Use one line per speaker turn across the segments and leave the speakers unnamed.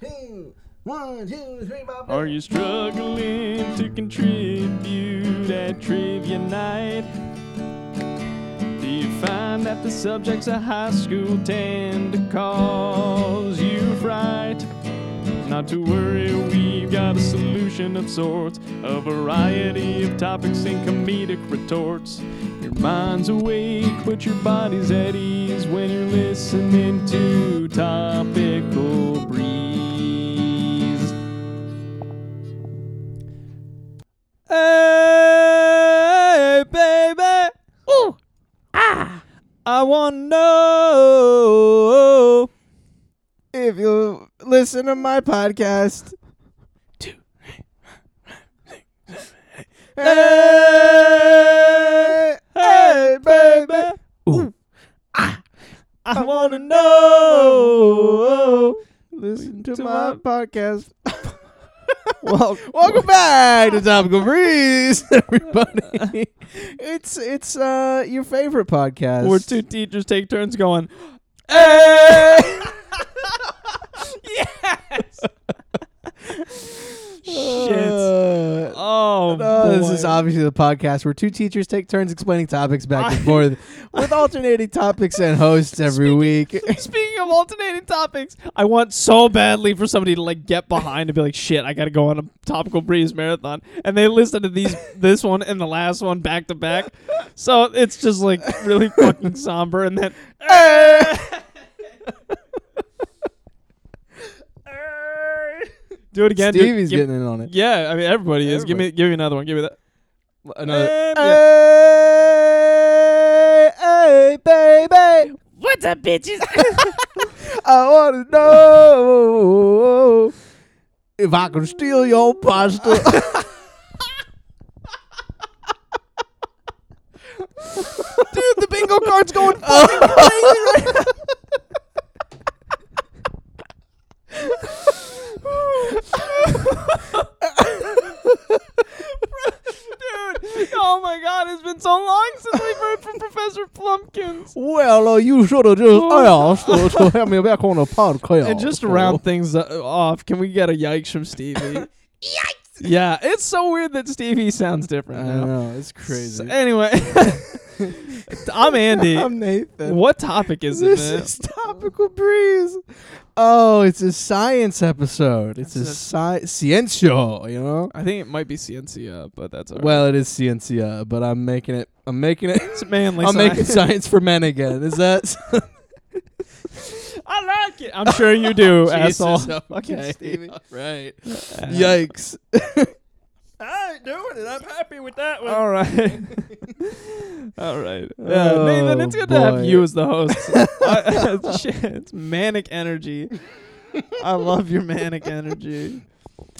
two, one, two, three, Bob.
Are you struggling to contribute at trivia night? Do you find that the subjects of high school tend to cause you fright? Not to worry, we've got a solution of sorts, a variety of topics and comedic retorts. Your mind's awake, but your body's at ease when you're listening to Topical Breeze. Hey, baby! Ooh! Ah. I want to know.
If you listen to my podcast,
Hey,
hey, baby.
Ooh. Ah. I, I want to know.
listen to
To
my
my-
podcast. well, welcome back to Topical Breeze, everybody. it's it's uh your favorite podcast.
Where two teachers take turns going,
Hey!
shit.
Uh,
Oh,
No, this
boy.
is obviously the podcast where two teachers take turns explaining topics back and forth with alternating topics and hosts every week.
Speaking of alternating topics, I want so badly for somebody to like get behind and be like, "Shit, I gotta go on a topical breeze marathon," and they listen to these, this one and the last one back to back. So it's just like really fucking somber. And then,
Eh.
do it again. dude.
Stevie's
Give-
getting in on it.
Yeah, I mean everybody, is. Give me,
Everybody.
give me another one. Give me that.
Another-
Hey,
Hey, hey, baby,
What's up, bitches?
I want to know if I can steal your pasta.
Dude, the bingo card's going. Dude, oh my god, it's been so long since we've heard from Professor Plumpkins.
well, uh, you should have just asked to have me back on the podcast.
And just to round things uh, off, can we get a yikes from Stevie? yikes! Yeah, it's so weird that Stevie sounds different
I
now.
know it's
So
crazy.
anyway, I'm Andy.
I'm Nathan.
what topic is it?
this
man?
is topical breeze. Oh, it's a science episode. It's a sci- sciencio, you know.
I think it might be Ciencia, uh, but that's all right.
Well, it is ciencia, but I'm making it. I'm making it.
it's manly.
I'm making
science.
science for men again. Is that
I like it. I'm sure you do, asshole.
Jesus,
Okay.
Stevie. right?
Uh,
Yikes!
I ain't doing it. I'm happy with that one. All right. All right. Yeah,
Oh,
Nathan, it's good to have
boy.
you as the host. I, shit, it's manic energy. I love your manic energy.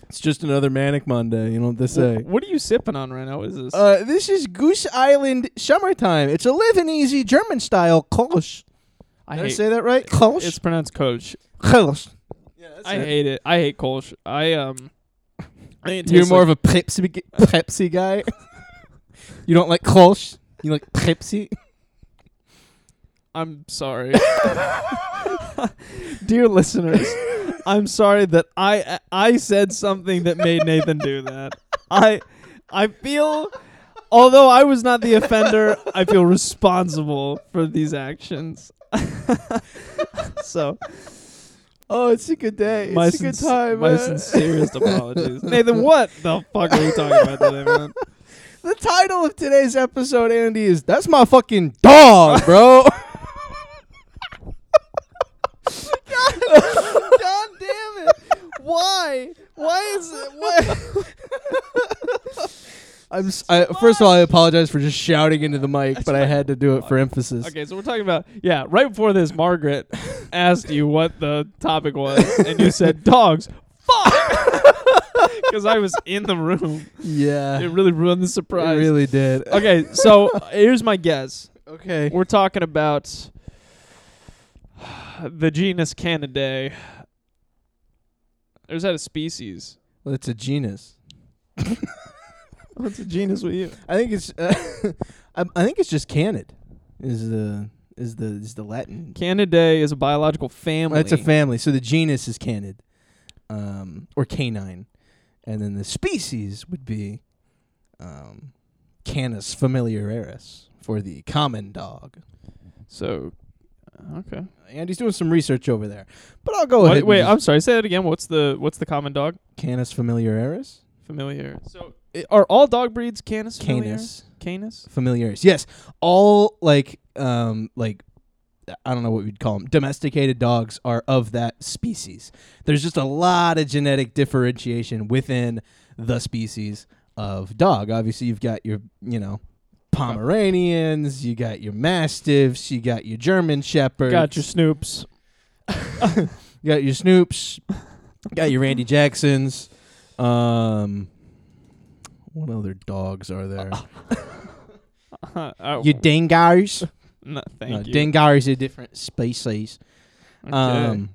It's just another manic Monday. You know what they say.
What are you sipping on right now? What is this?
Uh, this is Goose Island summertime. It's a live and easy German style kolsch.
I
Did I
hate
say that right? Kolsch.
It's pronounced Kolsch.
kolsch.
I
it.
hate it. I hate Kolsch. I um I think it
You're
tastes
more of
like-
a Pepsi Pepsi guy. you don't like Kolsch. You like Pepsi.
I'm sorry. Dear listeners, I'm sorry that I I said something that made Nathan do that. I I feel although I was not the offender, I feel responsible for these actions. so,
Oh, it's a good day.
my, sinc- my sincerest apologies. Nathan, what the fuck are you talking about today, man?
The title of today's episode, Andy, is "That's My Fucking Dog, Bro."
God damn it. Why? Why is it? Why?
I'm si first of all, I apologize for just shouting into the mic, but I had to do it for emphasis.
Okay, so we're talking about yeah. Right before this, Margaret asked you what the topic was, and you said dogs. Fuck, because I was in the room.
Yeah,
It really ruined the
it
surprise.
really did.
Okay, so here's my guess.
Okay.
We're talking about the genus Canidae. Or is that a species?
Well, it's a genus.
What's a genus with you?
I think it's. Uh, I, I think it's just canid. Is the is the is the Latin?
Canidae is a biological family.
It's a family. So the genus is canid. um, or canine, and then the species would be um, Canis familiaris for the common dog.
So, okay.
Andy's doing some research over there, but I'll go
What-
ahead. and
wait,
just-
I'm sorry. Say that again. What's the what's the common dog?
Canis familiaris,
Familiar. So, i are all dog breeds canis? familiar?
Canis
Canis.
familiaris. Yes, all like um like I don't know what we'd call them. Domesticated dogs are of that species. There's just a lot of genetic differentiation within the species of dog. Obviously, you've got your you know Pomeranians, you got your mastiffs, you got your German shepherds,
Got your snoops.
you got your Snoops, got your Randy Jacksons. Um, what other dogs are there?
Uh, oh,
Your dingoes.
no, thank
No,
you.
Dengar is a different species.
Okay.
Um,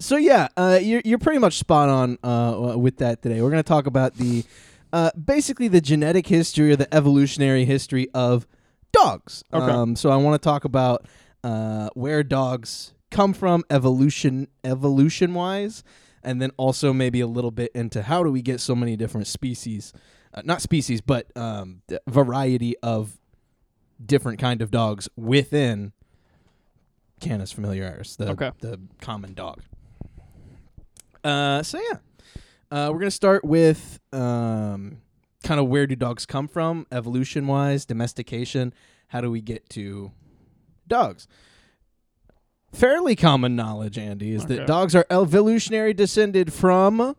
so yeah, uh, you're you're pretty much spot on uh, with that today. We're going to talk about the uh, basically the genetic history or the evolutionary history of dogs.
Okay.
Um, so I want to talk about uh, where dogs come from, evolution evolution wise, and then also maybe a little bit into how do we get so many different species, uh, not species, but um, d- variety of different kind of dogs within Canis familiaris, the
Okay.
the common dog. Uh, so yeah, uh, we're gonna start with um, kind of where do dogs come from, evolution wise, domestication. How do we get to dogs? Fairly common knowledge, Andy, is
Okay.
that dogs are evolutionary descended from
Uh,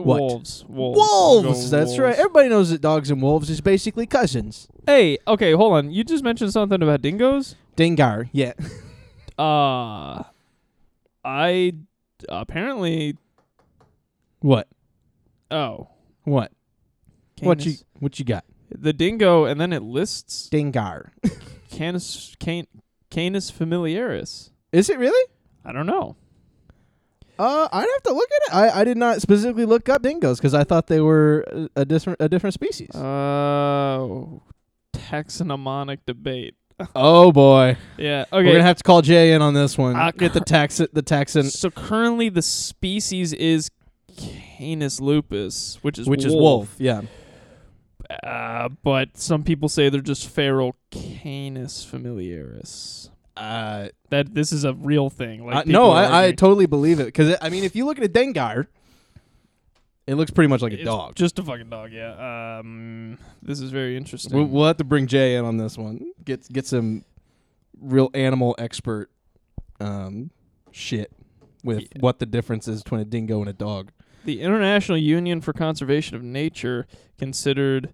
what?
Wolves. Wolves.
wolves.
Go
That's right.
wolves.
Everybody knows that dogs and wolves is basically cousins.
Hey, okay, hold on. You just mentioned something about dingoes.
Dengar, yeah.
Uh, I apparently.
What?
Oh,
What? What you
canis.
what you got?
The dingo, and then it lists
Dengar.
canis can, canis familiaris.
Is it really?
I don't know.
Uh, I'd have to look at it. I, I did not specifically look up dingoes because I thought they were a- a different a different species.
Uh, taxonomic debate.
oh boy,
Yeah.
we're
Okay.
gonna have to call Jay in on this one.
Uh,
Get the tax the taxon,
so currently, the species is Canis lupus, which is
which is
wolf.
wolf. Yeah,
Uh, but some people say they're just feral Canis familiaris.
uh,
That this is a real thing. Like
I,
people
Uh, no,
are
I, I
arguing.
totally believe it because I mean, if you look at a dengar, it looks pretty much like a
It's
dog.
Just a fucking dog, yeah. Um, this is very interesting.
We'll, we'll have to bring Jay in on this one. Get get some real animal expert um, shit with
Yeah.
what the difference is between a dingo and a dog.
the International Union for Conservation of Nature considered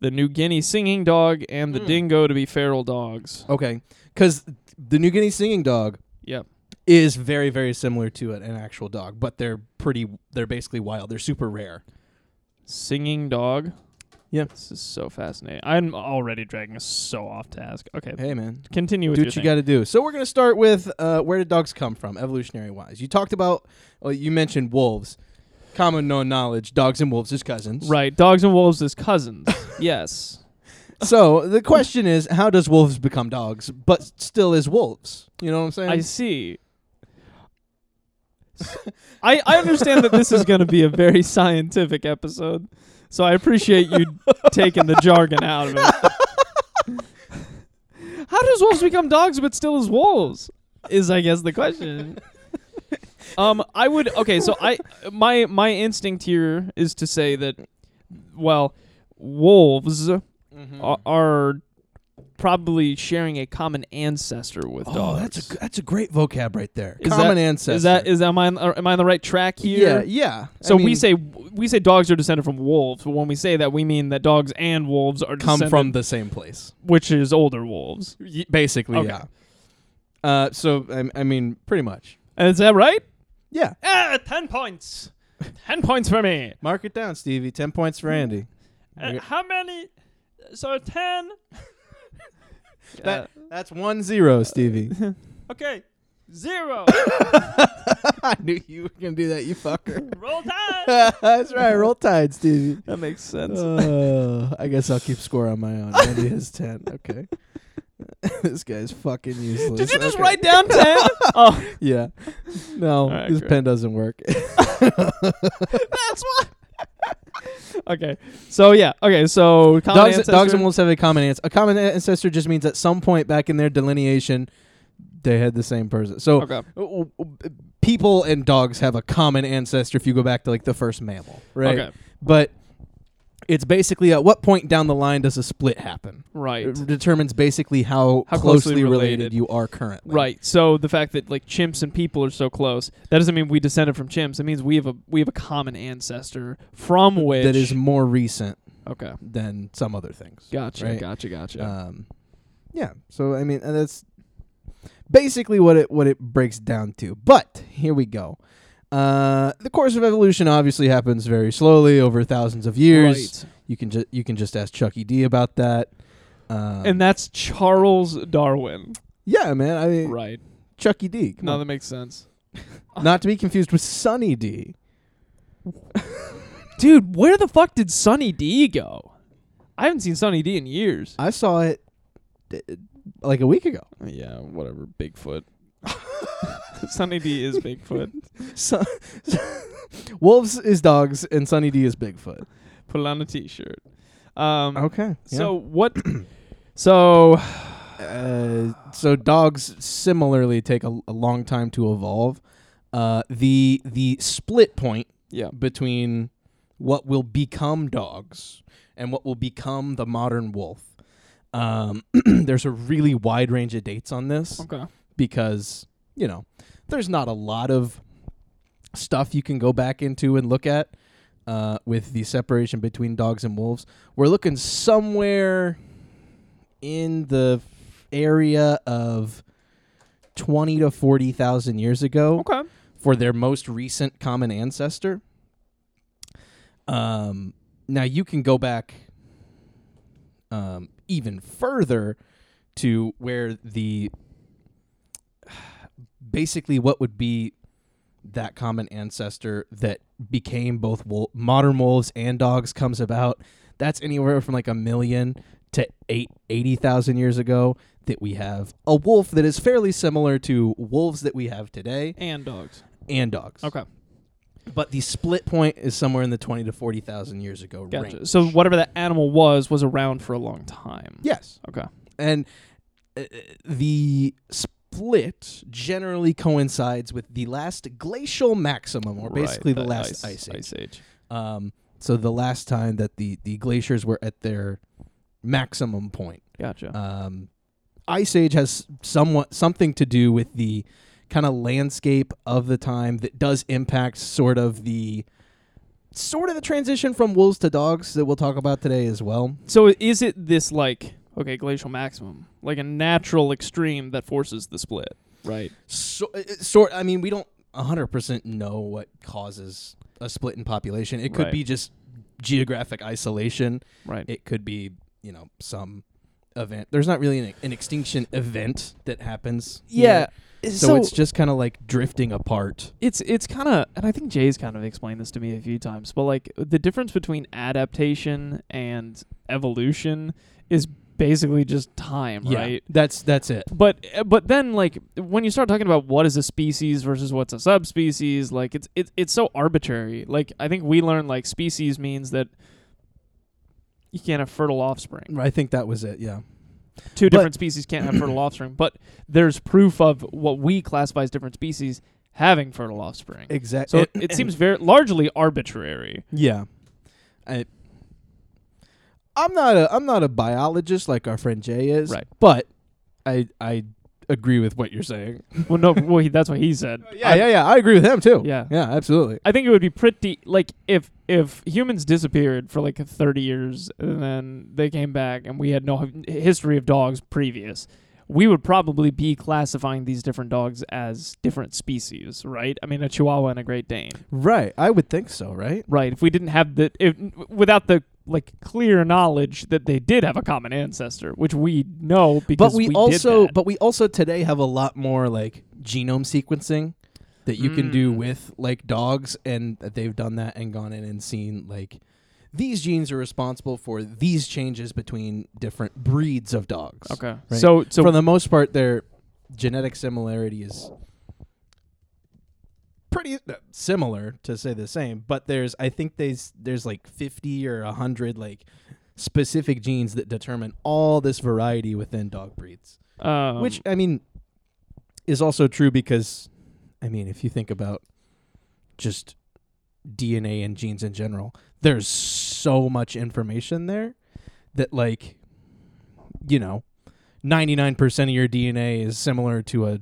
the New Guinea singing dog and the
Mm.
dingo to be feral dogs.
Okay, because the New Guinea singing dog
Yep.
is very very similar to an, an actual dog, but they're pretty. They're basically wild. They're super rare.
Singing dog.
Yeah.
This is so fascinating. I'm already dragging us so off task. Okay.
Hey man,
Continue with
do
your
what you
thing.
got to do. So we're gonna start with uh, where did dogs come from, evolutionary wise. You talked about. Well, you mentioned wolves. Common known knowledge: dogs and wolves is cousins.
Right. Dogs and wolves as cousins. yes.
So the question is, how does wolves become dogs, but still is wolves? You know what I'm saying?
I see. I I understand that this is going to be a very scientific episode, so I appreciate you taking the jargon out of it. How does wolves become dogs but still as wolves? Is I guess the question. Um, I would okay. So I my my instinct here is to say that, well, wolves
Mm-hmm.
are,
Mm.
are probably sharing a common ancestor with
oh,
dogs.
that's a that's a great vocab right there.
Is
Common
that-
ancestor.
Is that is am I on, are- am I on the right track here?
yeah yeah?
So
I
we
mean-
say we say dogs are descended from wolves, but when we say that, we mean that dogs and wolves are
come
descended-
from the same place.
which is older wolves.
basically,
Okay.
yeah. Uh, so I, I mean, pretty much,
Is that right?
yeah.
Ah, ten points. ten points for me.
Mark it down, Stevie. Ten points for Andy. Okay.
Uh, how many? So ten.
That- that's one zero, Stevie.
okay, zero.
I knew you were gonna do that, you fucker.
Roll tide.
that's right. Roll Tide, Stevie. Oh,
That makes sense.
Uh, I guess I'll keep score on my own. Andy has ten. Okay. this guy's fucking useless.
Did you just
Okay.
write down 10? oh,
Yeah. No,
right,
this
great.
pen doesn't work.
that's why. okay. So, yeah. Okay. So, common
dogs,
ancestor.
dogs and wolves have a common ancestor. A common ancestor just means at some point back in their delineation, they had the same person. So
Okay.
w- w- people and dogs have a common ancestor if you go back to like the first mammal, right?
Okay.
But it's basically at what point down the line does a split happen?
Right.
It determines basically how,
How
closely,
closely
related.
related.
you are currently.
Right. So the fact that like chimps and people are so close, that doesn't mean we descended from chimps. It means we have a we have a common ancestor from which
That is more recent
okay.
than some other things.
Gotcha.
Right.
Gotcha. Gotcha.
Um, yeah. So I mean, and that's basically what it what it breaks down to. But here we go. Uh, the course of evolution obviously happens very slowly over thousands of years.
right.
You can ju- you can just ask Chuck E. D. about that. Um,
and that's Charles Darwin.
yeah, man. I mean,
Right.
Chuck E. D. come
No,
on.
that makes sense.
Not to be confused with Sonny D.
Dude, where the fuck did Sonny D go? I haven't seen Sonny D in years.
I saw it d- like a week ago.
Yeah, whatever. Bigfoot. Sonny D is Bigfoot.
So, wolves is dogs and Sonny D is Bigfoot.
Put it on a t-shirt. Um,
Okay.
So what? so
Uh, so dogs similarly take a, a long time to evolve. Uh, the the split point
yeah.
between what will become dogs and what will become the modern wolf. Um, there's a really wide range of dates on this
Okay.
because you know there's not a lot of stuff you can go back into and look at uh, with the separation between dogs and wolves. We're looking somewhere in the area of twenty to forty thousand years ago
Okay.
for their most recent common ancestor. Um, now you can go back um, even further to where the basically what would be that common ancestor that became both wol- modern wolves and dogs comes about. That's anywhere from like a million to eight eighty thousand years ago that we have a wolf that is fairly similar to wolves that we have today
And dogs.
and dogs.
Okay.
But the split point is somewhere in the 20 to 40,000 years ago
Gotcha.
range.
So whatever that animal was was around for a long time.
yes.
Okay.
And uh, the split generally coincides with the last glacial maximum or basically the last ice, age. Um so the last time that the the glaciers were at their maximum point.
Gotcha.
Um Ice Age has somewhat something to do with the kind of landscape of the time that does impact sort of the sort of the transition from wolves to dogs that we'll talk about today as well.
so is it this like okay glacial maximum like a natural extreme that forces the split? Right.
So, uh, sort I mean we don't 100% know what causes a split in population. It could
Right.
be just geographic isolation.
Right.
It could be, you know, some event. There's not really an, an extinction event that happens. here.
yeah. eh,
So, it's just kind of like drifting apart.
it's it's kind of and I think Jay's kind of explained this to me a few times, but like the difference between adaptation and evolution is basically just time, right?
That's that's it.
But eh, but then like when you start talking about what is a species versus what's a subspecies, like it's it's it's so arbitrary. Like I think we learned like species means that you can't have fertile offspring.
I think that was it. Yeah.
Two
But-
different species can't have fertile offspring, but there's proof of what we classify as different species having fertile offspring. So
Exactly.
it, it seems very largely arbitrary.
Yeah. I, I'm not a I'm not a biologist like our friend Jay is.
Right.
But I I agree with what you're saying.
well, no, well, he, that's what he said.
Yeah, yeah, yeah. I agree with him too.
Yeah.
Yeah, absolutely.
I think it would be pretty like if if humans disappeared for like 30 years and then they came back and we had no h- history of dogs previous. We would probably be classifying these different dogs as different species, right? I mean, a Chihuahua and a Great Dane,
Right. I would think so, right?
right? If we didn't have the if without the like clear knowledge that they did have a common ancestor, which we know because
But we,
did
also
that.
but we also today have a lot more like genome sequencing that you can do
Mm.
with like dogs and they've done that and gone in and seen like these genes are responsible for these changes between different breeds of dogs.
Okay.
Right.
So so
for the most part, their genetic similarity is pretty uh, similar to say the same. But there's, I think there's there's like fifty or hundred like specific genes that determine all this variety within dog breeds.
um,
Which I mean is also true because I mean if you think about just DNA and genes in general, there's so much information there that like you know, 99% of your DNA is similar to a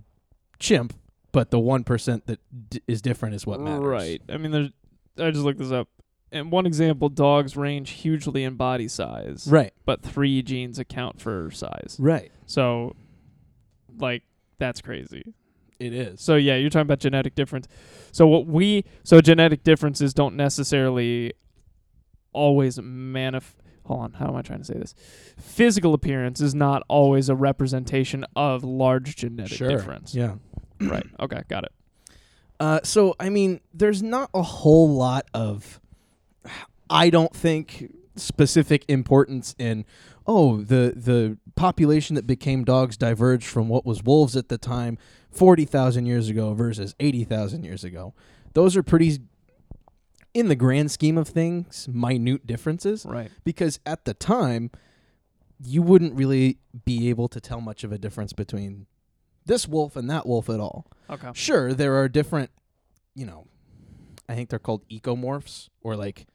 chimp, but the 1% that d- is different is what matters.
Right. I mean, there's. I just looked this up. And one example, dogs range hugely in body size,
Right.
but three genes account for size.
Right.
So, like, that's crazy.
It is.
So yeah, you're talking about genetic difference. So what we so genetic differences don't necessarily always manif. Hold on, how am I trying to say this? Physical appearance is not always a representation of large genetic
Sure.
difference.
Yeah.
Right. Okay, got it.
Uh, so I mean, there's not a whole lot of, I don't think specific importance in, oh, the the population that became dogs diverged from what was wolves at the time, forty thousand years ago versus eighty thousand years ago. Those are pretty, in the grand scheme of things, minute differences
Right.
because at the time you wouldn't really be able to tell much of a difference between this wolf and that wolf at all
Okay.
sure there are different you know i think they're called ecomorphs or like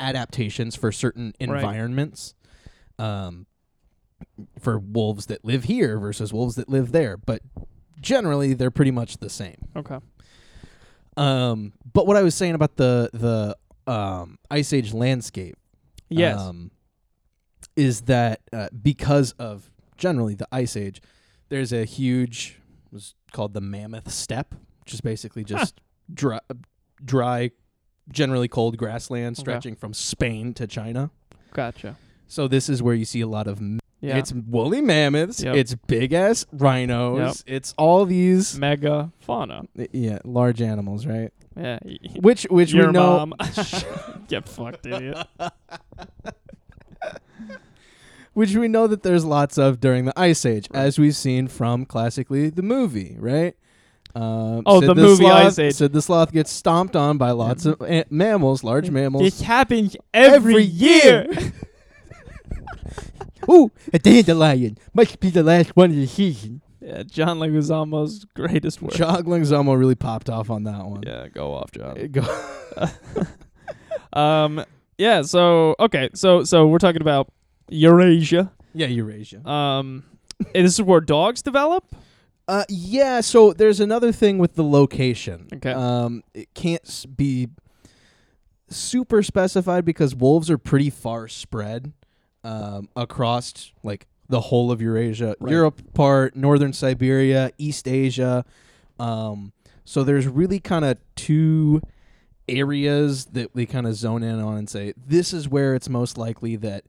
adaptations for certain
Right.
environments um for wolves that live here versus wolves that live there but generally they're pretty much the same
Okay.
um but what i was saying about the the um ice age landscape
Yes.
um, is that uh, because of generally the ice age, there's a huge was called the mammoth steppe, which is basically just dry, dry, generally cold grassland
Okay.
stretching from Spain to China.
gotcha.
So this is where you see a lot of m-
Yeah.
it's woolly mammoths,
Yep.
it's big ass rhinos, it's all these
mega fauna.
yeah large animals, right?
Yeah.
Which which
Your
we know
mom. Get fucked, idiot.
which we know that there's lots of during the Ice Age,
Right.
as we've seen from classically the movie, right? Um,
Oh, the movie
Sloth,
Ice Age.
Sid the Sloth gets stomped on by lots of a- mammals, large mammals.
It happens
Every
every, year.
Ooh, a dandelion must be the last one of the season.
yeah, John Leguizamo's greatest work.
Jog Leguizamo really popped off on that one.
Yeah, go off, John.
It go-
Um. Yeah. So okay. So so we're talking about Eurasia.
yeah, Eurasia.
Um. and this is where dogs develop.
Uh, yeah. So there's another thing with the location.
Okay.
Um, it can't s- be super specified because wolves are pretty far spread, um, across like the whole of Eurasia,
Right.
Europe part, northern Siberia, East Asia. Um, so there's really kind of two areas that we kind of zone in on and say this is where it's most likely that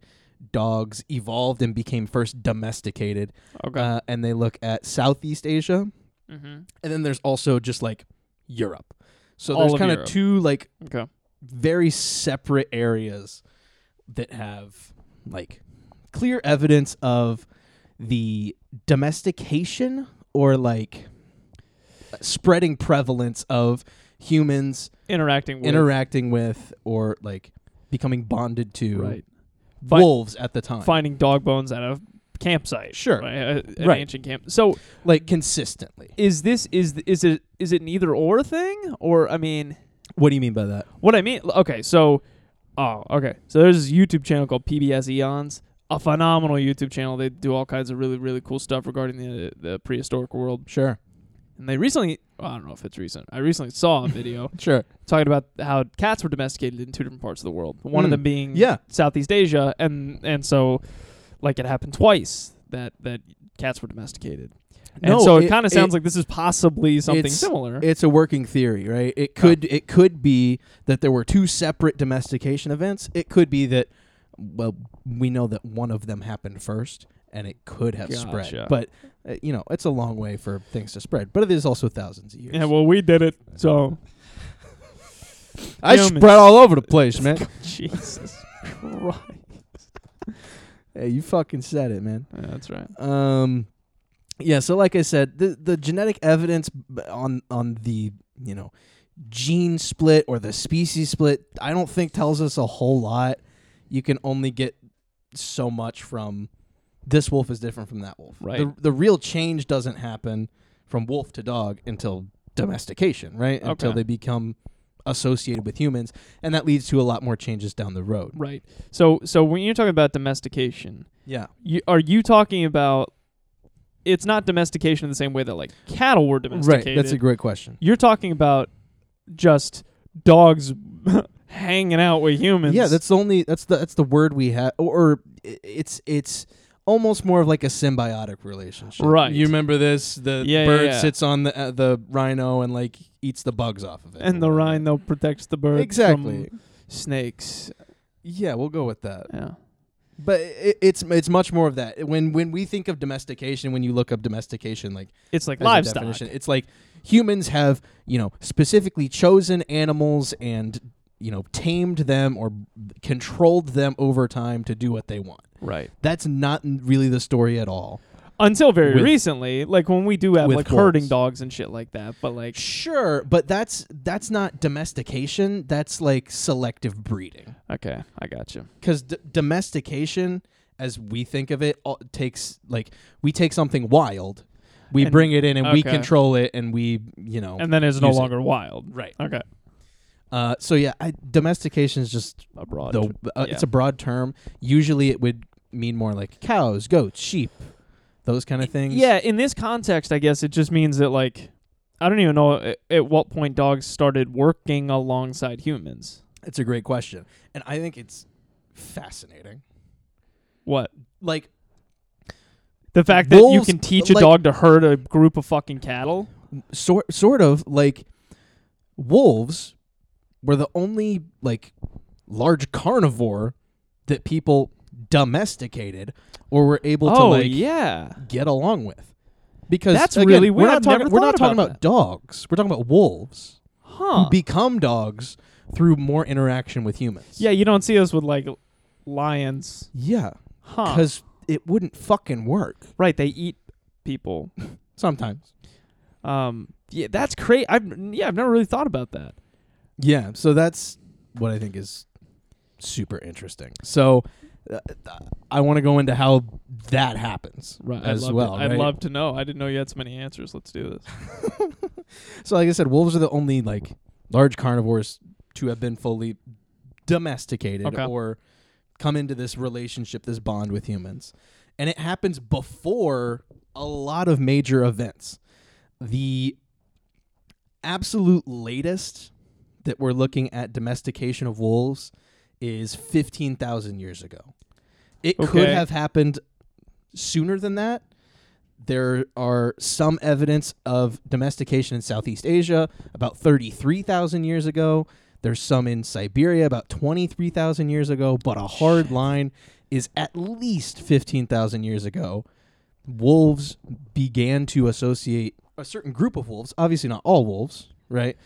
dogs evolved and became first domesticated
Okay.
uh, and they look at Southeast Asia,
mm-hmm.
and then there's also just like Europe. So
All
there's
of
kind of
Europe.
two like
Okay.
very separate areas that have like clear evidence of the domestication or like spreading prevalence of humans
Interacting with
interacting with or like becoming bonded to
right. Fi-
wolves at the time.
Finding dog bones at a campsite.
Sure.
Right. A, an
Right.
ancient camp. So
Like consistently.
is this is th- is it is it an either or thing or I mean
What do you mean by that?
What I mean, okay, so, oh, okay, so there's this YouTube channel called PBS Eons, a phenomenal YouTube channel. They do all kinds of really, really cool stuff regarding the the prehistoric world.
Sure.
And they recently, well, I don't know if it's recent, I recently saw a video
Sure.
talking about how cats were domesticated in two different parts of the world. One
Mm,
of them being
yeah.
Southeast Asia, and and so, like it happened twice that that cats were domesticated. And
No,
so it,
it-
kind of sounds
it-
like this is possibly something
it's-
similar.
It's a working theory, right? It could it could be that there were two separate domestication events. It could be that well, we know that one of them happened first and it could have
Gotcha.
spread. But uh, you know, it's a long way for things to spread, but it is also thousands of years.
yeah, well, we did it, so
I
humans.
spread all over the place, man.
Jesus
Christ. hey, you fucking said it, man.
Yeah, that's right.
Um, yeah. So, like I said, the the genetic evidence b- on on the you know gene split or the species split, I don't think tells us a whole lot. You can only get so much from this wolf is different from that wolf.
Right.
The, the real change doesn't happen from wolf to dog until domestication, right? Until
Okay.
they become associated with humans, and that leads to a lot more changes down the road.
Right. So so when you're talking about domestication,
Yeah.
you, are you talking about it's not domestication in the same way that like cattle were
Right.
domesticated.
That's a great question.
you're talking about just dogs hanging out with humans.
Yeah, that's the only that's the that's the word we have, or, or i- it's it's almost more of like a symbiotic relationship.
Right.
You remember this? The
Yeah, yeah,
bird
yeah.
sits on the uh, the rhino and like eats the bugs off of it.
and the
or whatever.
rhino protects the bird
Exactly.
from snakes.
Yeah, we'll go with that.
Yeah.
But it, it's it's much more of that. When when we think of domestication, when you look up domestication, like
It's like
as a
livestock.
definition, it's like humans have you know specifically chosen animals and you know tamed them or controlled them over time to do what they want.
Right.
that's not n- really the story at all.
Until very
With-
recently, like when we do have
with
like herding
wolves.
dogs and shit like that, but like
Sure, but that's that's not domestication. That's like selective breeding.
okay, I got you.
Because d- domestication, as we think of it, all, takes like we take something wild, we
And-
bring it in, and we
okay.
control it, and we you know
And then it's no
Use it.
longer wild.
right.
Okay.
Uh, so yeah, I, domestication is just
Abroad.
the uh,
yeah.
it's a broad term. Usually, it would mean more like cows, goats, sheep, those kind of things.
Yeah, in this context, I guess it just means that like I don't even know at, at what point dogs started working alongside humans.
it's a great question, and I think it's fascinating.
What?
Like
The fact that you
Wolves,
can teach a
like-
dog to herd a group of fucking cattle?
sort sort of like wolves were the only like large carnivore that people domesticated or were able to
oh,
like
yeah.
get along with. Because
That's
again,
really
we're
weird.
not
I've
talking
never
we're not
thought
talking
about
about dogs. We're talking about wolves
Huh.
who become dogs through more interaction with humans.
yeah, you don't see us with like lions.
Yeah.
Huh.
Cuz it wouldn't fucking work
Right, they eat people.
sometimes.
Um yeah, that's crazy. I've yeah, I've never really thought about that.
Yeah, so that's what I think is super interesting. So uh, I want to go into how that happens
Right.
as
I'd love
well.
to, I'd
right?
love to know. I didn't know you had so many answers. Let's do this.
So like I said, wolves are the only like large carnivores to have been fully domesticated
Okay.
or come into this relationship, this bond with humans. And it happens before a lot of major events. The absolute latest that we're looking at domestication of wolves is 15,000 years ago. It could
Okay.
have happened sooner than that. There are some evidence of domestication in Southeast Asia about 33,000 years ago. There's some in Siberia about 23,000 years ago, but a hard line is at least 15,000 years ago. Wolves began to associate a certain group of wolves, obviously not all wolves, right?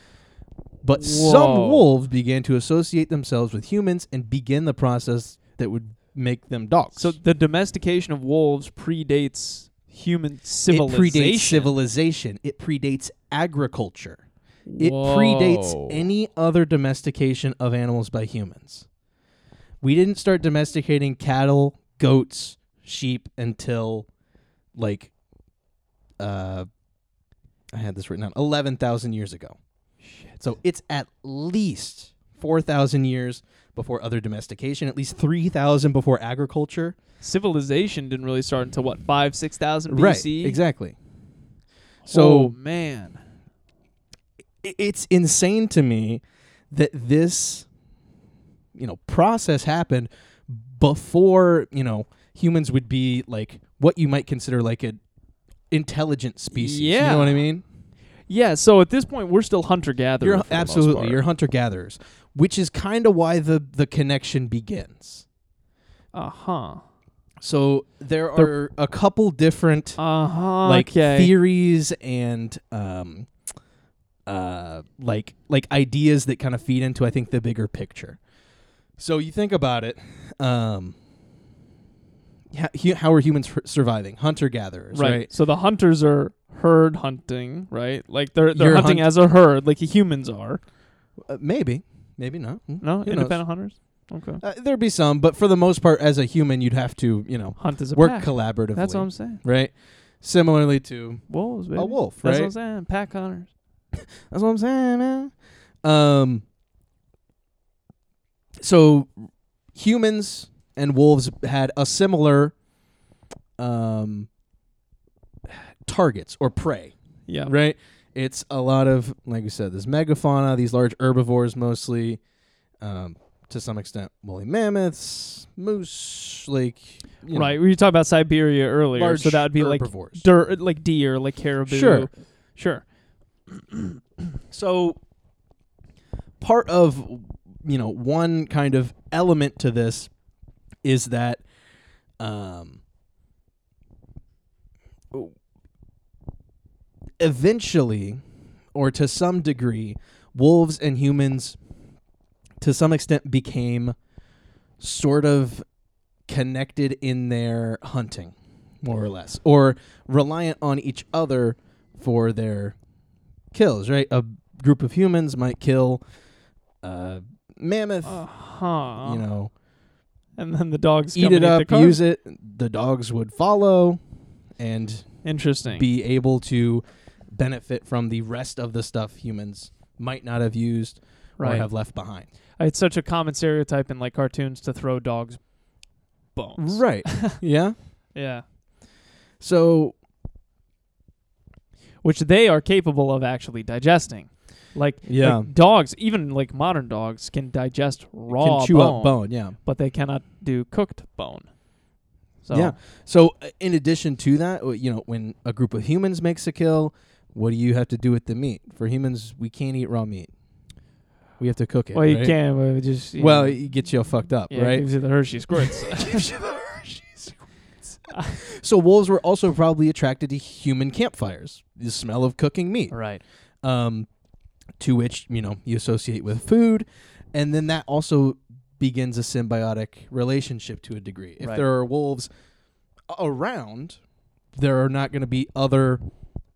But
Whoa.
some wolves began to associate themselves with humans and begin the process that would make them dogs.
So the domestication of wolves predates human civilization.
It predates civilization. It predates agriculture. It predates any other domestication of animals by humans. We didn't start domesticating cattle, goats, sheep until like uh I had this written down 11,000 years ago.
Shit.
So it's at least 4,000 years before other domestication, at least 3,000 before agriculture.
civilization didn't really start until what five six thousand BC.
Right, exactly.
oh
So
man,
i- it's insane to me that this you know process happened before you know humans would be like what you might consider like an intelligent species you
Yeah.
know what i mean
yeah. So at this point, we're still hunter gatherers.
you're absolutely you're hunter gatherers which is kind of why the the connection begins
uh huh.
so there
The-
are a couple different
Uh huh.
like
okay.
theories and um uh like like ideas that kind of feed into I think the bigger picture. So you think about it. Um, yeah, hu- how are humans hu- surviving? Hunter gatherers, right?
So the hunters are herd hunting, right? Like they're they're
You're
hunting
hunt-
as a herd, like humans are.
Uh, maybe, maybe not. Hmm,
No,
who knows?
independent hunters. Okay,
Uh, there'd be some, but for the most part, as a human, you'd have to, you know,
hunt as a
work
pack.
collaboratively,
That's what I'm saying.
right? Similarly to
Wolves, baby.
a wolf,
That's
right?
what I'm saying. Pack hunters.
That's what I'm saying, man. Um, so humans and wolves had a similar um, targets or prey,
Yeah.
right? It's a lot of, like we said, this megafauna, these large herbivores mostly, um, to some extent, woolly mammoths, moose, like you know,
Right. We talked about Siberia earlier,
large
so that would be like
herbivores.
dirt, like deer, like caribou.
Sure.
Sure.
So part of you know one kind of element to this is that um eventually or to some degree wolves and humans to some extent became sort of connected in their hunting more or less or reliant on each other for their kills right a group of humans might kill a mammoth
Uh huh.
you know
and then the dogs
eat
come
it
and
up
the
use it the dogs would follow and
Interesting.
be able to benefit from the rest of the stuff humans might not have used or
right.
have left behind
it's such a common stereotype in like cartoons to throw dogs bones.
right yeah
Yeah.
so
Which they are capable of actually digesting. Like,
Yeah.
like dogs, even like modern dogs, can digest raw
can chew
bone,
up bone yeah
but they cannot do cooked bone. So
Yeah. So, uh, in addition to that, w- you know, when a group of humans makes a kill, what do you have to do with the meat? For humans, we can't eat raw meat. We have to cook it.
well, you
right?
can, but it just you
Well,
know,
it gets you all fucked up,
yeah, it
right?
Gives you the Hershey squirts.
So wolves were also probably attracted to human campfires, the smell of cooking meat,
right.
um, to which you know you associate with food, and then that also begins a symbiotic relationship to a degree. If
Right.
there are wolves a- around, there are not going to be other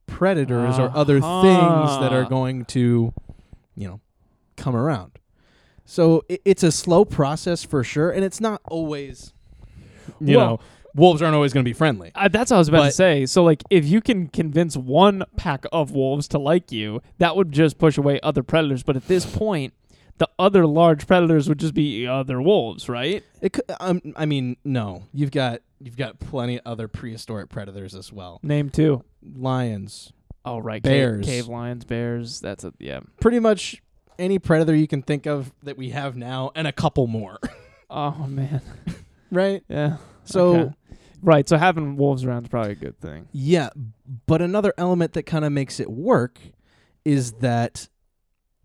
predators or other things that are
Uh-huh.
going to, you know, come around. So it, it's a slow process for sure, and it's not always, you
Well-
know, wolves aren't always going to be friendly.
Uh, that's what I was about to
But-
say. So, like, if you can convince one pack of wolves to like you, that would just push away other predators. But at this point, the other large predators would just be other wolves, right?
It could, um, I mean, no. You've got you've got plenty of other prehistoric predators as well.
Name two.
Lions,
Oh, right. ca-
Bears.
cave lions, bears. That's a yeah.
pretty much any predator you can think of that we have now, and a couple more,
Oh man.
right?
Yeah.
So
Okay. Right. So having wolves around is probably a good thing.
yeah, but another element that kind of makes it work is that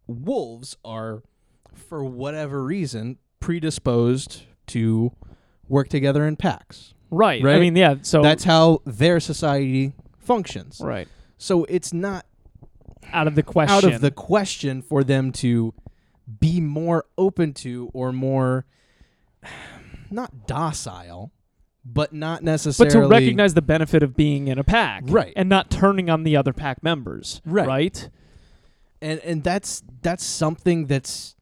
wolves are, for whatever reason, predisposed to work together in packs.
Right. I
Right?
mean, yeah. So
That's how their society functions.
right.
So it's not
Out of the question.
out of the question for them to be more open to or more not docile, but not
but
necessarily
to recognize the benefit of being in a pack,
Right.
and not turning on the other pack members,
Right.
right?
and and that's that's something that's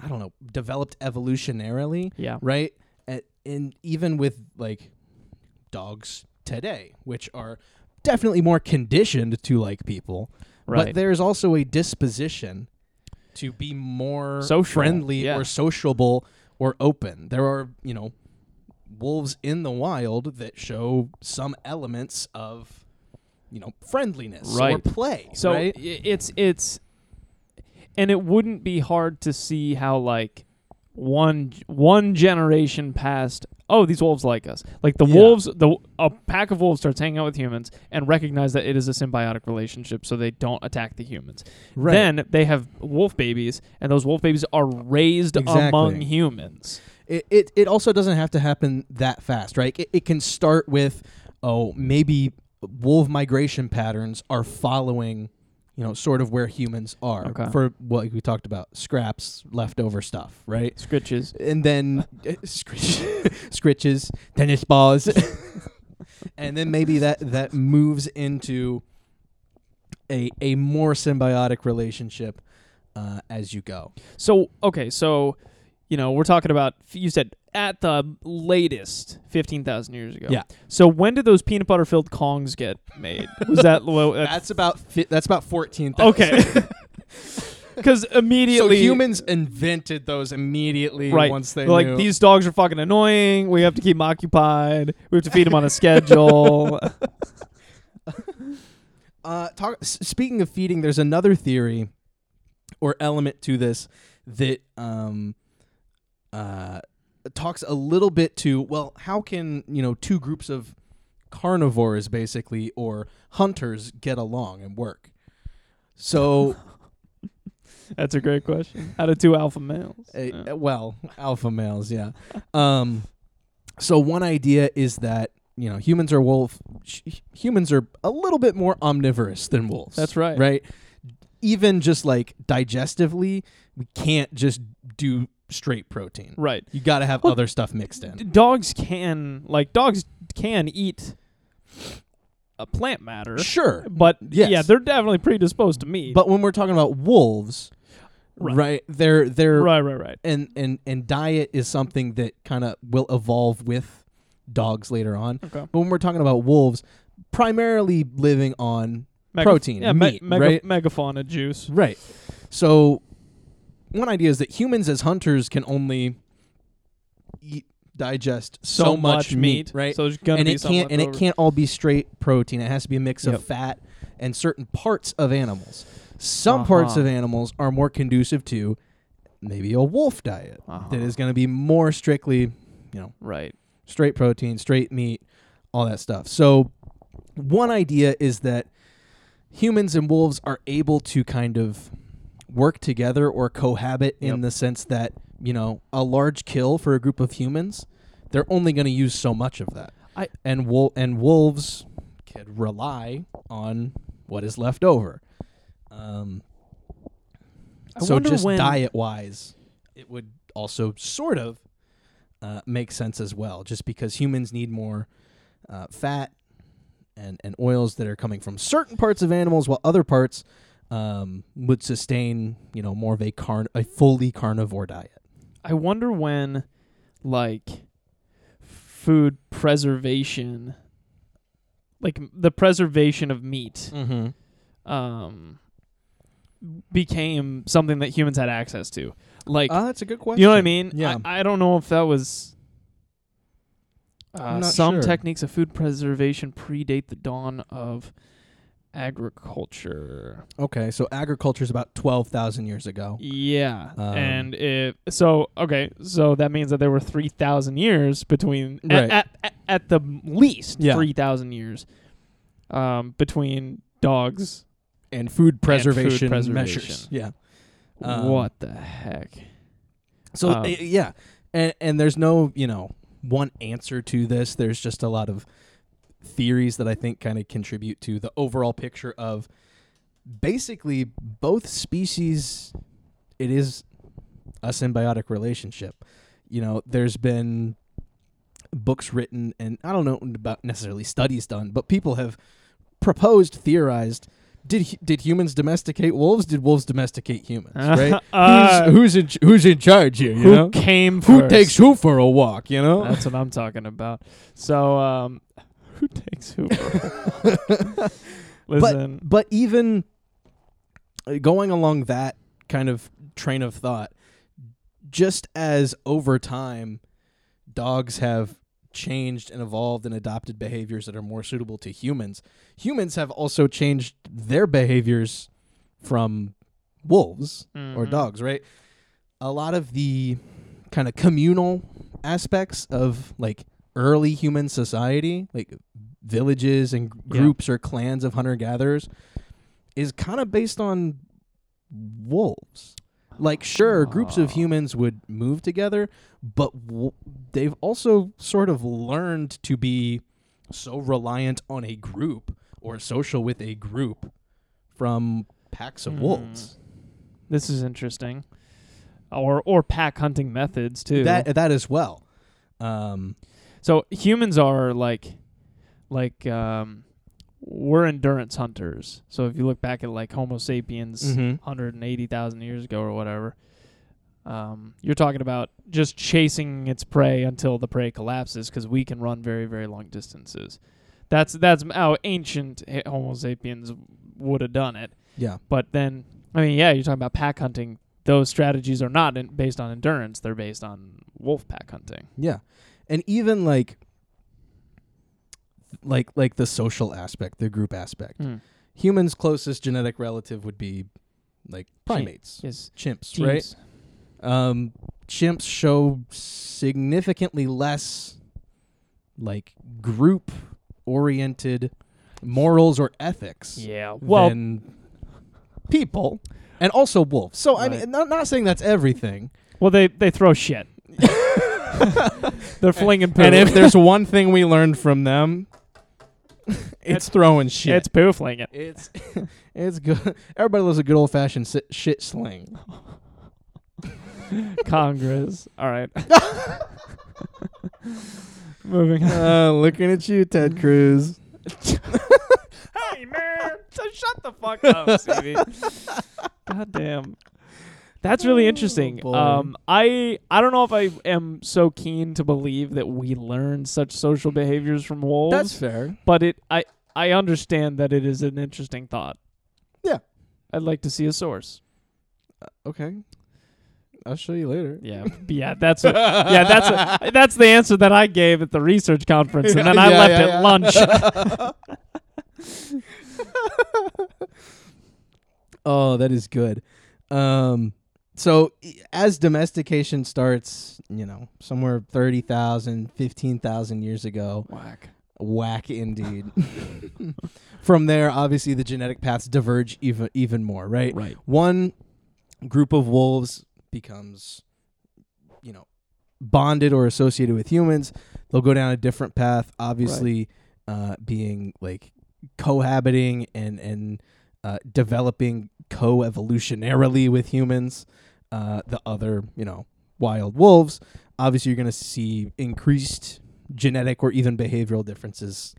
I don't know developed evolutionarily,
Yeah.
right? And, and even with like dogs today, which are definitely more conditioned to like people,
Right.
but there's also a disposition to be more
Social,
friendly
yeah.
or sociable or open. There are, you know, wolves in the wild that show some elements of, you know, friendliness or
Right.
play.
So
right?
i- it's it's and it wouldn't be hard to see how like one g- one generation passed oh these wolves like us like the
Yeah.
wolves the a pack of wolves starts hanging out with humans and recognize that it is a symbiotic relationship so they don't attack the humans
Right.
then they have wolf babies and those wolf babies are raised
Exactly.
among humans
it, it, it also doesn't have to happen that fast, right? It, it can start with, oh, maybe wolf migration patterns are following you know, sort of where humans are
Okay.
for what we talked about, scraps, leftover stuff, right?
Scritches.
And then uh, scritch, scritches, tennis balls, and then maybe that that moves into a a more symbiotic relationship uh, as you go.
So okay, so you know we're talking about you said at the latest fifteen thousand years ago.
Yeah.
So when did those peanut butter filled kongs get made? Was that low? uh,
That's about fi- that's about fourteen.
okay. Because
so
immediately
humans invented those immediately
Right.
once they
like
knew.
these dogs are fucking annoying. We have to keep them occupied. We have to feed them on a schedule.
Uh, talk, s- speaking of feeding, there's another theory or element to this that um, uh, talks a little bit to well, how can you know two groups of carnivores basically or hunters get along and work? So,
That's a great question. Out of two alpha males.
uh,
Yeah.
well, alpha males, yeah. Um, so one idea is that you know humans are wolf. Sh- humans are a little bit more omnivorous than wolves.
That's right.
right? Even just like digestively, we can't just do straight protein.
Right.
You got to have
Well,
other stuff mixed in.
D- dogs can like dogs can eat a plant matter,
Sure.
but
Yes.
yeah, they're definitely predisposed to meat.
But when we're talking about wolves,
Right.
right, they're they're
right, right, right.
and and and diet is something that kind of will evolve with dogs later on.
Okay.
But when we're talking about wolves, primarily living on
Mega-
protein,
yeah,
meat,
me-
right?
mega- megafauna juice.
Right. So one idea is that humans as hunters can only eat digest so, much, meat, right?
So there's gonna
and
be
it
some
can't and it
leftover.
can't all be straight protein. It has to be a mix
Yep.
of fat and certain parts of animals. Some parts
Uh-huh.
of animals are more conducive to maybe a wolf diet that
Uh-huh.
is going to be more strictly, you know,
Right.
straight protein, straight meat, all that stuff. So, one idea is that humans and wolves are able to kind of work together or cohabit in
Yep.
the sense that, you know, a large kill for a group of humans, they're only going to use so much of that.
I-
and wol- and wolves can rely on what is left over. Um,
I
so
wonder
just
when-
diet wise, it would also sort of uh, make sense as well, just because humans need more uh, fat and and oils that are coming from certain parts of animals, while other parts um, would sustain you know more of a carn a fully carnivore diet.
I wonder when, like, food preservation, like m- the preservation of meat,
Mm-hmm.
um, became something that humans had access to. Like,
Ah, that's a good question.
you know what I mean?
Yeah.
I, I don't know if that was.
I'm
Uh,
not
some
sure.
techniques of food preservation predate the dawn of agriculture.
Okay, so agriculture is about twelve thousand years ago.
Yeah,
Um,
and it, so okay, so that means that there were three thousand years between at-
Right.
at, at, at the least
Yeah.
three thousand years um, between dogs.
and food preservation,
preservation
measures.
measures.
Yeah. Um,
what the heck?
So
Um,
uh, yeah, and and there's no you know one answer to this. There's just a lot of theories that I think kind of contribute to the overall picture of basically both species. It is a symbiotic relationship. You know, there's been books written, and I don't know about necessarily studies done, but people have proposed, theorized. Did hu- did humans domesticate wolves? Did wolves domesticate humans? Right?
Uh,
who's, who's in ch- who's in charge here? You
who
know,
came
who
first?
takes who for a walk? You know,
That's what I'm talking about. So, um, who takes who? Listen,
but but even uh, going along that kind of train of thought, just as over time, dogs have changed and evolved and adopted behaviors that are more suitable to humans. Humans have also changed their behaviors from wolves or
Mhm.
dogs, right? A lot of the kind of communal aspects of like early human society, like villages and
Yeah.
groups or clans of hunter gatherers, is kind of based on wolves. Like, sure, groups of
Ah.
humans would move together, but w- they've also sort of learned to be so reliant on a group or social with a group from packs
Hmm.
of wolves.
This is interesting. Or or pack hunting methods too.
That that as well. Um,
so humans are like like um we're endurance hunters. So if you look back at like Homo sapiens
Mhm.
180,000 years ago or whatever, um, you're talking about just chasing its prey until the prey collapses because we can run very very long distances. That's that's how ancient h- Homo sapiens would have done it.
Yeah.
But then, I mean, yeah, you're talking about pack hunting. Those strategies are not in, based on endurance; they're based on wolf pack hunting.
Yeah. And even like like like the social aspect, the group aspect. Humans closest genetic relative would be like primates,
Yes,
chimps, right?
teams.
Um chimps show significantly less like group oriented morals or ethics
Yeah. Well,
than people and also wolves. So I
Right.
mean not not saying that's everything.
well, they they throw shit. they're flinging poo.
And if there's one thing we learned from them, it's throwing shit.
it's poo flinging.
It's it's good. Everybody loves a good old fashioned si- shit sling.
Congress. All right. Moving on.
Uh, looking at you, Ted Cruz.
Hey man, so shut the fuck up, Stevie. God damn. That's really interesting.
Oh, boy.
um, I I don't know if I am so keen to believe that we learn such social behaviors from wolves,
That's fair.
but it I I understand that it is an interesting thought.
Yeah.
I'd like to see a source.
Okay, I'll show you later.
Yeah, yeah, that's a, yeah, that's a, that's the answer that I gave at the research conference, and then I
Yeah,
left
yeah,
at
yeah.
lunch.
Oh, that is good. Um, so i- as domestication starts, you know, somewhere 30,000, 15,000 years ago,
Whack.
whack indeed. From there, obviously, the genetic paths diverge even even more, right?
Right.
One group of wolves becomes, you know, bonded or associated with humans. They'll go down a different path, obviously, uh, being like cohabiting and and uh, developing co-evolutionarily with humans. Uh, the other, you know, wild wolves. Obviously, you're going to see increased genetic or even behavioral differences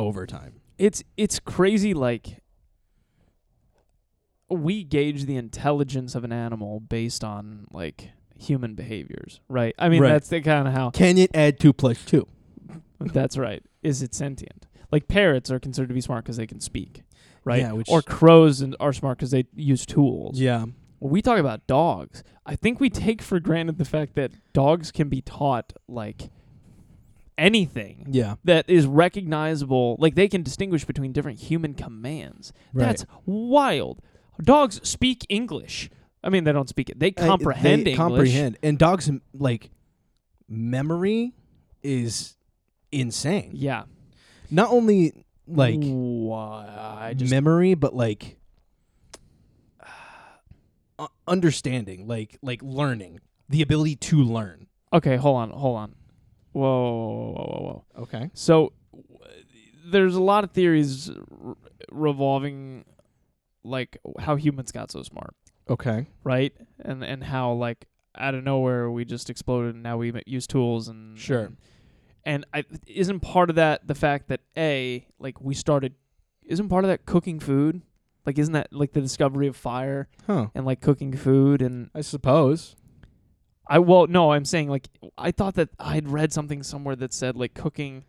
over time.
it's it's crazy like we gauge the intelligence of an animal based on like human behaviors right i mean
Right.
that's the kind of how
Can it add two plus two?
that's right is it sentient like parrots are considered to be smart because they can speak right
Yeah, which-
or crows and are smart because they use tools
Yeah,
when we talk about dogs i think we take for granted the fact that dogs can be taught like anything
yeah,
that is recognizable like they can distinguish between different human commands
Right.
that's wild dogs speak english i mean they don't speak it they comprehend
Uh, They
english
comprehend, and dogs m- like memory is insane.
yeah
Not only like
Why- I just
memory, but like uh, understanding, like like learning, the ability to learn.
okay hold on hold on whoa whoa whoa whoa whoa
Okay.
so w- there's a lot of theories r- revolving like how humans got so smart
Okay.
right? And and how like out of nowhere we just exploded and now we ma- use tools and
Sure.
And I isn't part of that the fact that a like we started isn't part of that cooking food like isn't that like the discovery of fire
Huh.
and like cooking food and
I suppose.
I well no I'm saying like I thought that I'd read something somewhere that said like cooking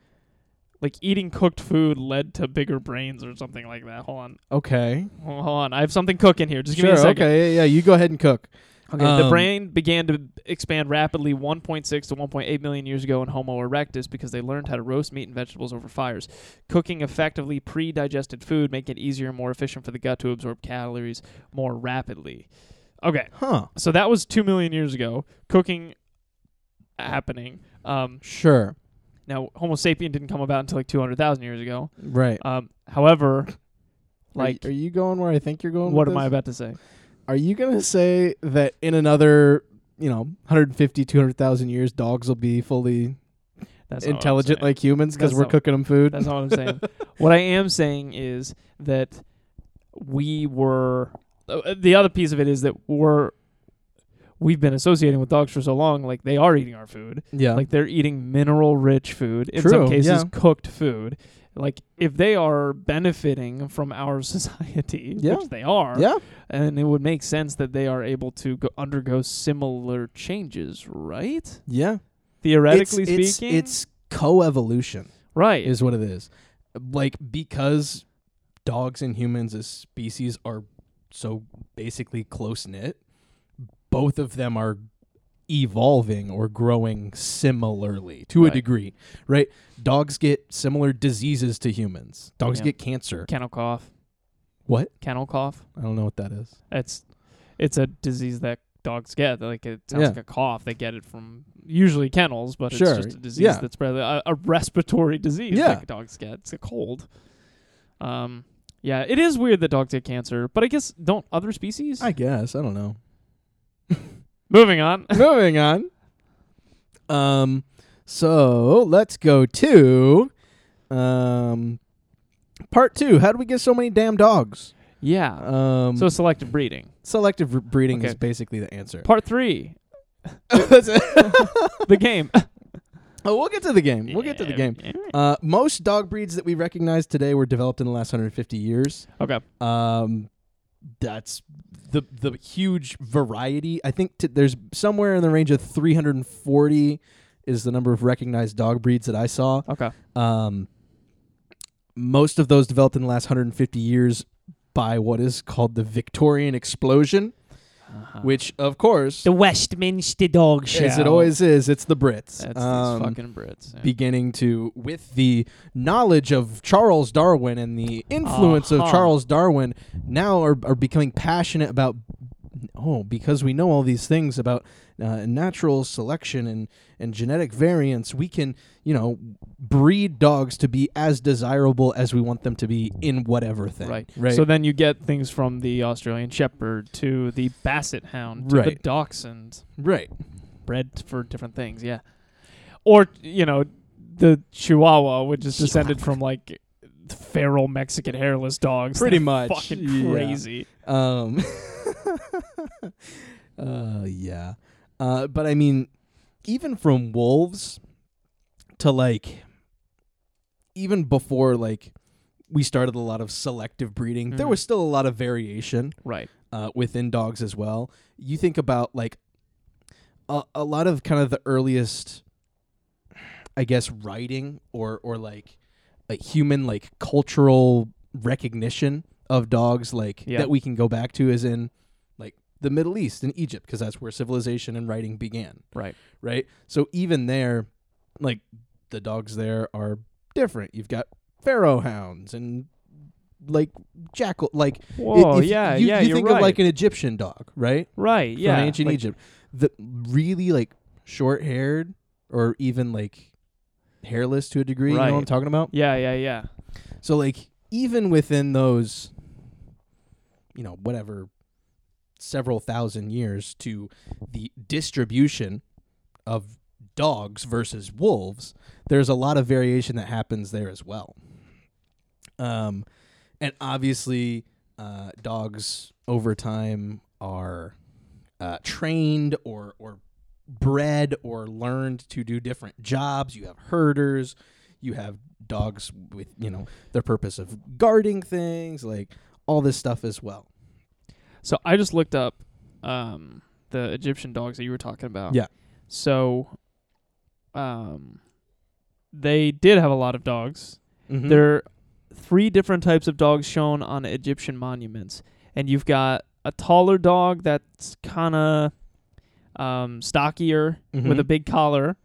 like eating cooked food led to bigger brains or something like that. Hold on,
Okay.
hold on. I have something cooking here. Just give
sure.
me a second.
okay. Yeah, yeah. You go ahead and cook.
Okay, the
Um,
brain began to expand rapidly 1.6 to 1.8 million years ago in Homo erectus because they learned how to roast meat and vegetables over fires. Cooking effectively pre digested food make it easier and more efficient for the gut to absorb calories more rapidly. Okay,
Huh.
so that was 2 million years ago. Cooking happening. Um,
Sure.
now, Homo sapien didn't come about until like 200,000 years ago.
Right.
Um, however, like,
are you, going where I think you're going?
what
with
am I
this?
about to say?
Are you gonna say that in another, you know, 150, 200,000 years, dogs will be fully
That's not what I'm
intelligent
saying.
like humans because
That's
we're
not-
cooking them food?
That's not what I'm saying. what I am saying is that we were uh, the other piece of it is that we're we've been associating with dogs for so long like they are eating our food
Yeah.
like they're eating mineral rich food in some
True,
cases
yeah.
cooked food like if they are benefiting from our society
Yeah.
which they are
yeah.
and it would make sense that they are able to go undergo similar changes right
Yeah.
theoretically
it's, it's-
speaking
it's coevolution
right
is what it is. Like because dogs and humans as species are so basically close knit, both of them are evolving or growing similarly to a
Right.
degree, right? Dogs get similar diseases to humans. Dogs
Yeah.
get cancer.
kennel cough
What?
kennel cough
I don't know what that is.
it's it's a disease that dogs get like it sounds
Yeah.
like a cough they get it from usually kennels but
Sure,
it's just a disease
yeah.
that's rather a, a respiratory disease
Yeah.
like dogs get it's a cold um yeah it is weird that dogs get cancer but i guess don't other species
I guess. I don't know.
moving on
Moving on. Um, so let's go to um part two. How do we get so many damn dogs?
yeah
Um,
so selective breeding
selective re- breeding is
Okay.
basically the answer.
part three
That's it.
the game
oh, we'll get to the game. We'll get to the game. Uh, most dog breeds that we recognize today were developed in the last 150 years.
okay
Um, that's the the huge variety. I think t- there's somewhere in the range of 340 is the number of recognized dog breeds that I saw.
okay
Um, most of those developed in the last 150 years by what is called the Victorian explosion, which of course,
Uh-huh. westminster dog
as it always is, it's the Brits.
that's
Um,
these fucking brits yeah.
beginning to with the knowledge of Charles Darwin and the influence of
Uh-huh.
Charles Darwin now are, are becoming passionate about oh because we know all these things about uh, natural selection and and genetic variants we can you know breed dogs to be as desirable as we want them to be in whatever thing
Right.
right
So then you get things from the Australian Shepherd to the Basset Hound to the
Right.
Dachshund,
right
bred for different things. Yeah. Or you know, the Chihuahua, which is descended from like feral Mexican hairless dogs.
pretty
They're
much
Fucking
Yeah.
crazy.
Um, uh, yeah. Uh, but I mean, even from wolves to like, even before like we started a lot of selective breeding, there
Mhm.
was still a lot of variation
Right.
uh, within dogs as well. You think about like a, a lot of kind of the earliest, I guess, writing or or like a human like cultural recognition of dogs, like
Yeah.
that we can go back to, is in like the Middle East and Egypt, because that's where civilization and writing began.
Right.
Right. So even there, like the dogs there are different. You've got pharaoh hounds and like jackal like it-
Whoa.
if
Oh, yeah.
you,
yeah.
You
are
think
right.
of like an Egyptian dog, right?
right. Yeah.
From ancient
like,
Egypt, the really like short-haired or even like hairless to a degree. You know what I'm
Right.
talking about?
Yeah. Yeah. Yeah.
So like even within those, you know, whatever, several thousand years to the distribution of dogs versus wolves, there's a lot of variation that happens there as well. Um, and obviously, uh, dogs over time are uh, trained or or bred or learned to do different jobs. You have herders, you have dogs with you know their purpose of guarding things, like all this stuff as well.
So I just looked up um, the Egyptian dogs that you were talking about.
Yeah.
So, um, they did have a lot of dogs.
Mm-hmm.
There are three different types of dogs shown on Egyptian monuments, and you've got a taller dog that's kind of um, stockier with a big collar.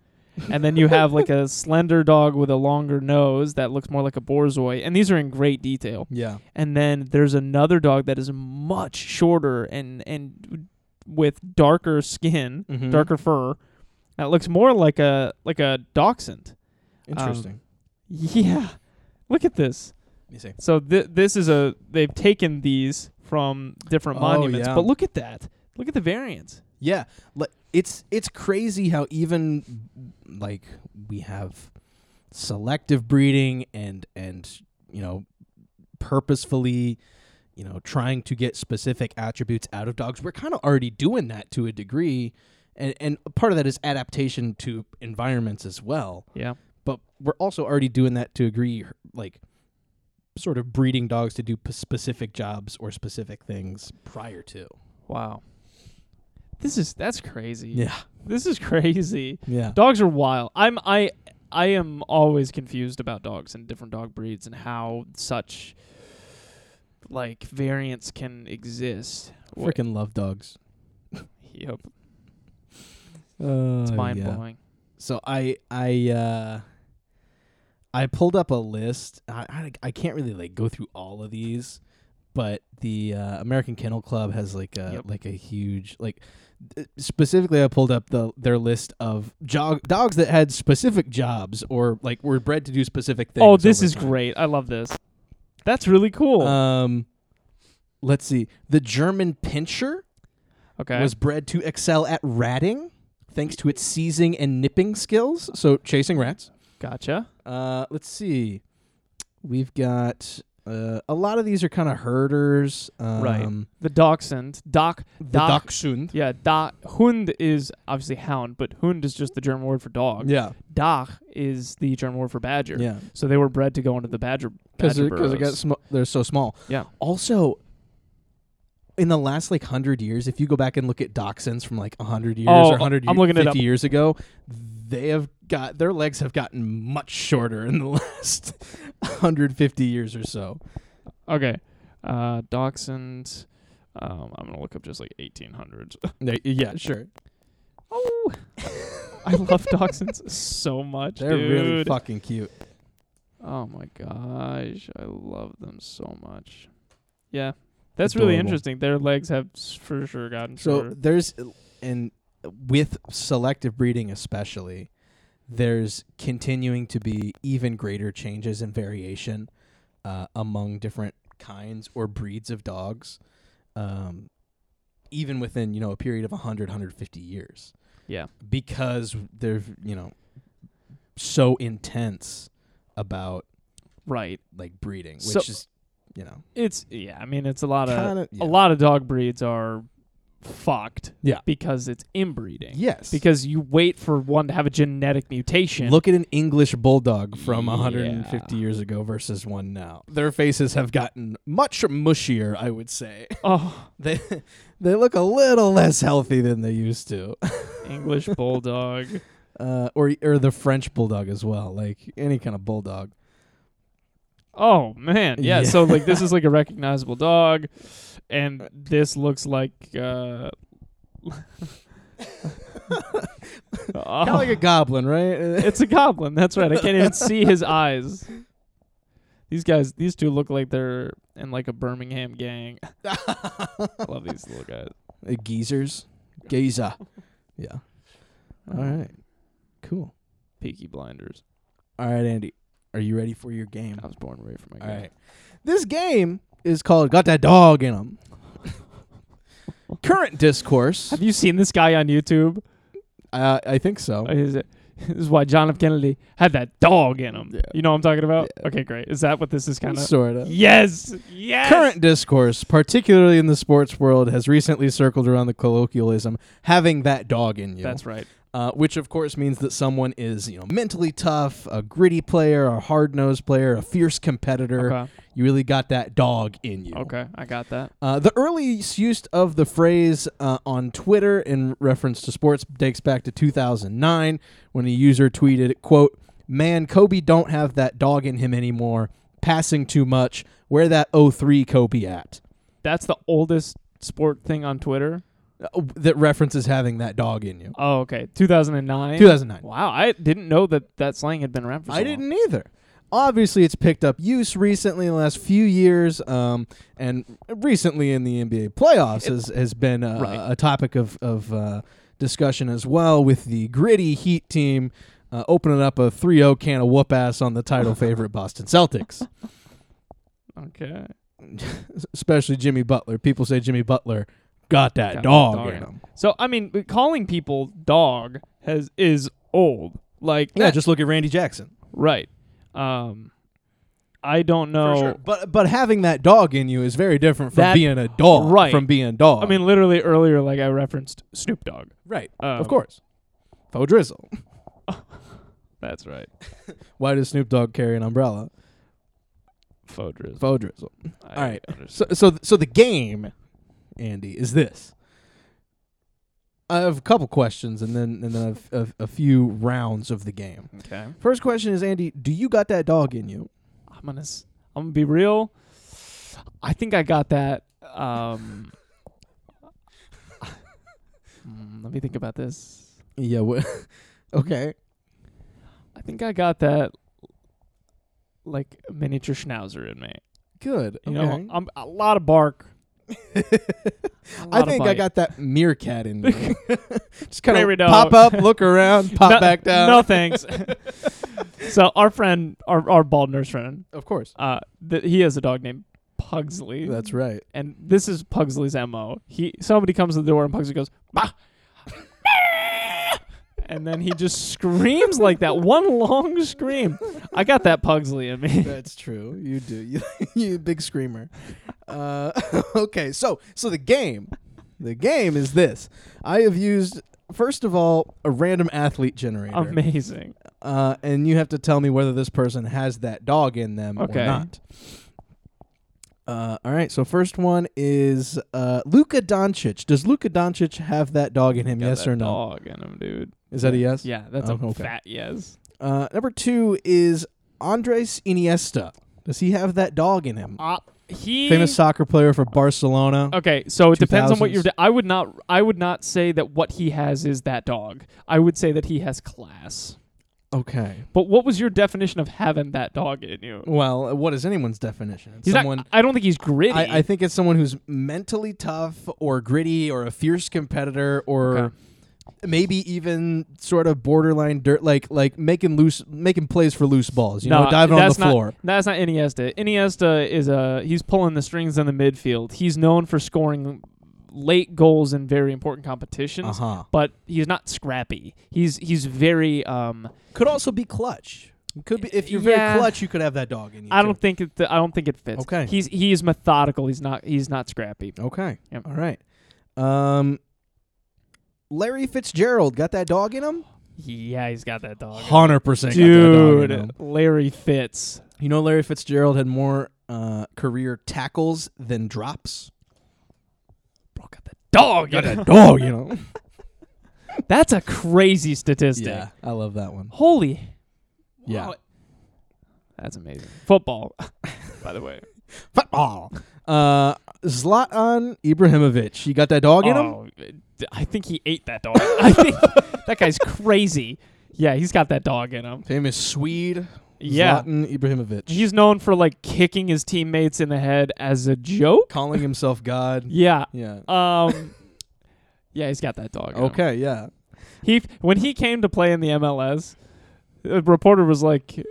and then you have like a slender dog with a longer nose that looks more like a borzoi. And these are in great detail
yeah,
and then there's another dog that is much shorter and and with darker skin,
Mhm.
darker fur. That looks more like a like a dachshund.
interesting.
Yeah, look at this.
you see,
So th- this is a they've taken these from different
Oh,
monuments,
yeah.
but look at that. Look at the variants.
yeah, li- it's it's crazy how even like we have selective breeding and and you know purposefully you know, trying to get specific attributes out of dogs. We're kind of already doing that to a degree. And, and part of that is adaptation to environments as well.
Yeah.
But we're also already doing that to agree, like, sort of breeding dogs to do p- specific jobs or specific things prior to.
Wow. This is that's crazy.
Yeah.
This is crazy.
Yeah.
Dogs are wild. I'm I I am always confused about dogs and different dog breeds and how such like variants can exist. Wha-
Freaking love dogs.
Yep.
Uh, Oh,
It's mind blowing.
So I I uh I pulled up a list. I I, I can't really like go through all of these, but the uh, American Kennel Club has like a
Yep.
like a huge like th- specifically I pulled up the their list of jog, dogs that had specific jobs or like were bred to do specific things.
Oh, this
over
is
time.
great. I love this. That's really cool.
Um let's see. The German pincher
okay.
was bred to excel at ratting thanks to its seizing and nipping skills, so chasing rats.
gotcha.
Uh, let's see. We've got uh, a lot of these are kind of herders. Um,
Right. The dachshund. Doc
The
Doc-
Dachshund.
yeah, da Hund is obviously hound, but Hund is just the German word for dog.
Yeah.
Dach is the German word for badger.
Yeah.
So they were bred to go into the badger
Because
badger
they're, 'cause they got
burrows.
sm- they're so small.
Yeah.
Also, in the last like hundred years, if you go back and look at dachshunds from like hundred years
Oh,
or hundred
I'm looking it up.
years ago, they have got their legs have gotten much shorter in the last hundred fifty years or so.
Okay. Uh, dachshund. Um, I'm gonna look up just like 1800s.
They- yeah, sure.
oh, I love dachshunds so much,
They're really
dude.
fucking cute.
oh my gosh, I love them so much. Yeah, that's really
Adorable.
interesting. Their legs have s- for sure gotten
So
shorter.
there's and with selective breeding especially, there's continuing to be even greater changes and variation uh, among different kinds or breeds of dogs, um, even within you know a period of 100 150 years.
Yeah.
because they're you know so intense about
Right.
like breeding, which
So-
is you know
It's yeah. I mean, it's a lot of
kind of
a lot of dog breeds are fucked.
Yeah.
Because it's inbreeding.
Yes,
Because you wait for one to have a genetic mutation.
Look at an English bulldog from 150
Yeah.
years ago versus one now. Their faces have gotten much mushier, I would say.
Oh,
They they look a little less healthy than they used to.
English bulldog.
Uh, or or the French bulldog as well, like any kind of bulldog.
Oh man,
Yeah.
yeah.
Uh,
So like this is like a recognizable dog, and this looks like uh, Oh.
Kind of like a goblin, right?
it's a goblin. That's right. I can't even see his eyes. These guys, these two look like they're in like a Birmingham gang. I love these little guys.
Uh, Geezers. Geezer. Yeah. All right. Cool.
Peaky Blinders.
All right, Andy. Are you ready for your game?
I was born away from my.
All
gang.
right. This game is called Got That Dog in 'em. Current discourse.
Have you seen this guy on YouTube?
Uh, I think so.
Uh, Is it? This is why John F. Kennedy had that dog in him.
Yeah.
You know what I'm talking about?
Yeah.
Okay, great. Is that what this is kind of?
Sort of.
Yes. Yes.
Current discourse, particularly in the sports world, has recently circled around the colloquialism "having that dog in you,"
That's right.
uh, which of course means that someone is, you know, mentally tough, a gritty player, a hard-nosed player, a fierce competitor.
Okay.
You really got that dog in you.
Okay. I got that.
Uh, the earliest use of the phrase uh, on Twitter in reference to sports dates back to 2009 when a user tweeted, quote, Man, Kobe don't have that dog in him anymore. Passing too much. Where that 03 Kobe at?
That's the oldest sport thing on Twitter.
Uh, that references having that dog in you.
Oh, okay. 2009.
2009.
Wow. I didn't know that that slang had been around for so
I didn't either. Obviously, it's picked up use recently in the last few years, um, and recently in the NBA playoffs has, has been a,
Right.
a topic of, of uh, discussion as well with the gritty Heat team uh, opening up a 3 0 can of whoop ass on the title favorite Boston Celtics,
long. Okay.
especially Jimmy Butler. People say Jimmy Butler got that
Got that
dog,
dog
in
in
him.
So I mean, but calling people dog has is old. Like
Yeah,
that-
just look at Randy Jackson.
right. Um. I don't know.
But but having that dog in you is very different from
That-
being a dog.
right.
From being dog.
I mean, literally earlier, like I referenced Snoop Dogg.
right.
Um,
of course. Faux drizzle.
That's right.
Why does Snoop Dogg carry an umbrella?
Faux drizz.
Faux drizzle.
I
all right.
understand.
So so so the game, Andy, is this. I have a couple questions and then and then a, a, a few rounds of the game.
Okay.
First question is Andy, do you got that dog in you?
I'm gonna s- I'm gonna be real. I think I got that. Um, mm, let me think about this.
Yeah. What? okay.
I think I got that like miniature schnauzer in me.
Good.
You
okay.
know, I'm a lot of bark. a lot
I
of
think I
bite.
got that meerkat in me. Just kind
Prairie
of
dog.
pop up, look around, pop
No-
back down.
No thanks. so our friend, our our bald nurse friend,
Of course.
uh, th- he has a dog named Pugsley.
That's right.
and this is Pugsley's mo. He somebody comes to the door and Pugsley goes, bah! and then he just screams like that one long scream. I got that Pugsley in me.
That's true. You do. You, you big screamer. Uh, okay. So so the game, the game is this. I have used first of all a random athlete generator,
Amazing.
uh, and you have to tell me whether this person has that dog in them
Okay.
or not. Uh, all right. So first one is uh, Luka Doncic. Does Luka Doncic have that dog in him?
Got
yes
that
or no?
Dog in him, dude.
Is that a yes?
Yeah, that's
Oh,
a
okay.
fat yes.
Uh, number two is Andres Iniesta. Does he have that dog in him?
Uh, he
Famous soccer player for Barcelona.
Okay, so it depends on what you're.
2000s.
I would not. I would not say that what he has is that dog. I would say that he has class.
Okay.
But what was your definition of having that dog in you?
Well, what is anyone's definition? It's
He's
someone.
not, I don't think he's gritty.
I, I think it's someone who's mentally tough or gritty or a fierce competitor or
Okay.
maybe even sort of borderline dirt like like making loose making plays for loose balls, you know,
Nah,
diving on the
that's not-
floor.
That's not Iniesta. Iniesta is a he's pulling the strings in the midfield. He's known for scoring late goals in very important competitions,
Uh-huh.
but he's not scrappy. He's he's very um
Could also be clutch. Could be if you're
Yeah.
very clutch, you could have that dog in you.
I
too.
don't think it I don't think it fits.
Okay.
He's he is methodical. He's not he's not scrappy.
Okay.
Yep.
All right. Um, Larry Fitzgerald got that dog in him.
Yeah, he's got that dog.
Hundred percent,
Dude, Larry Fitz.
You know, Larry Fitzgerald had more uh, career tackles than drops.
Bro got that dog. in him.
dog, you know.
That's a crazy statistic.
yeah, I love that one.
Holy.
Yeah.
Wow. That's amazing. Football, by the way.
Football. Uh, Zlatan Ibrahimovic. He got that dog in him.
Oh, I think he ate that dog. I think that guy's crazy. Yeah, he's got that dog in him.
Famous Swede.
Yeah.
Zlatan Ibrahimovic.
He's known for like kicking his teammates in the head as a joke.
calling himself God.
Yeah.
Yeah.
Um Yeah, Um, he's got that dog. in him.
Okay. Yeah.
He when he came to play in the MLS, a reporter was like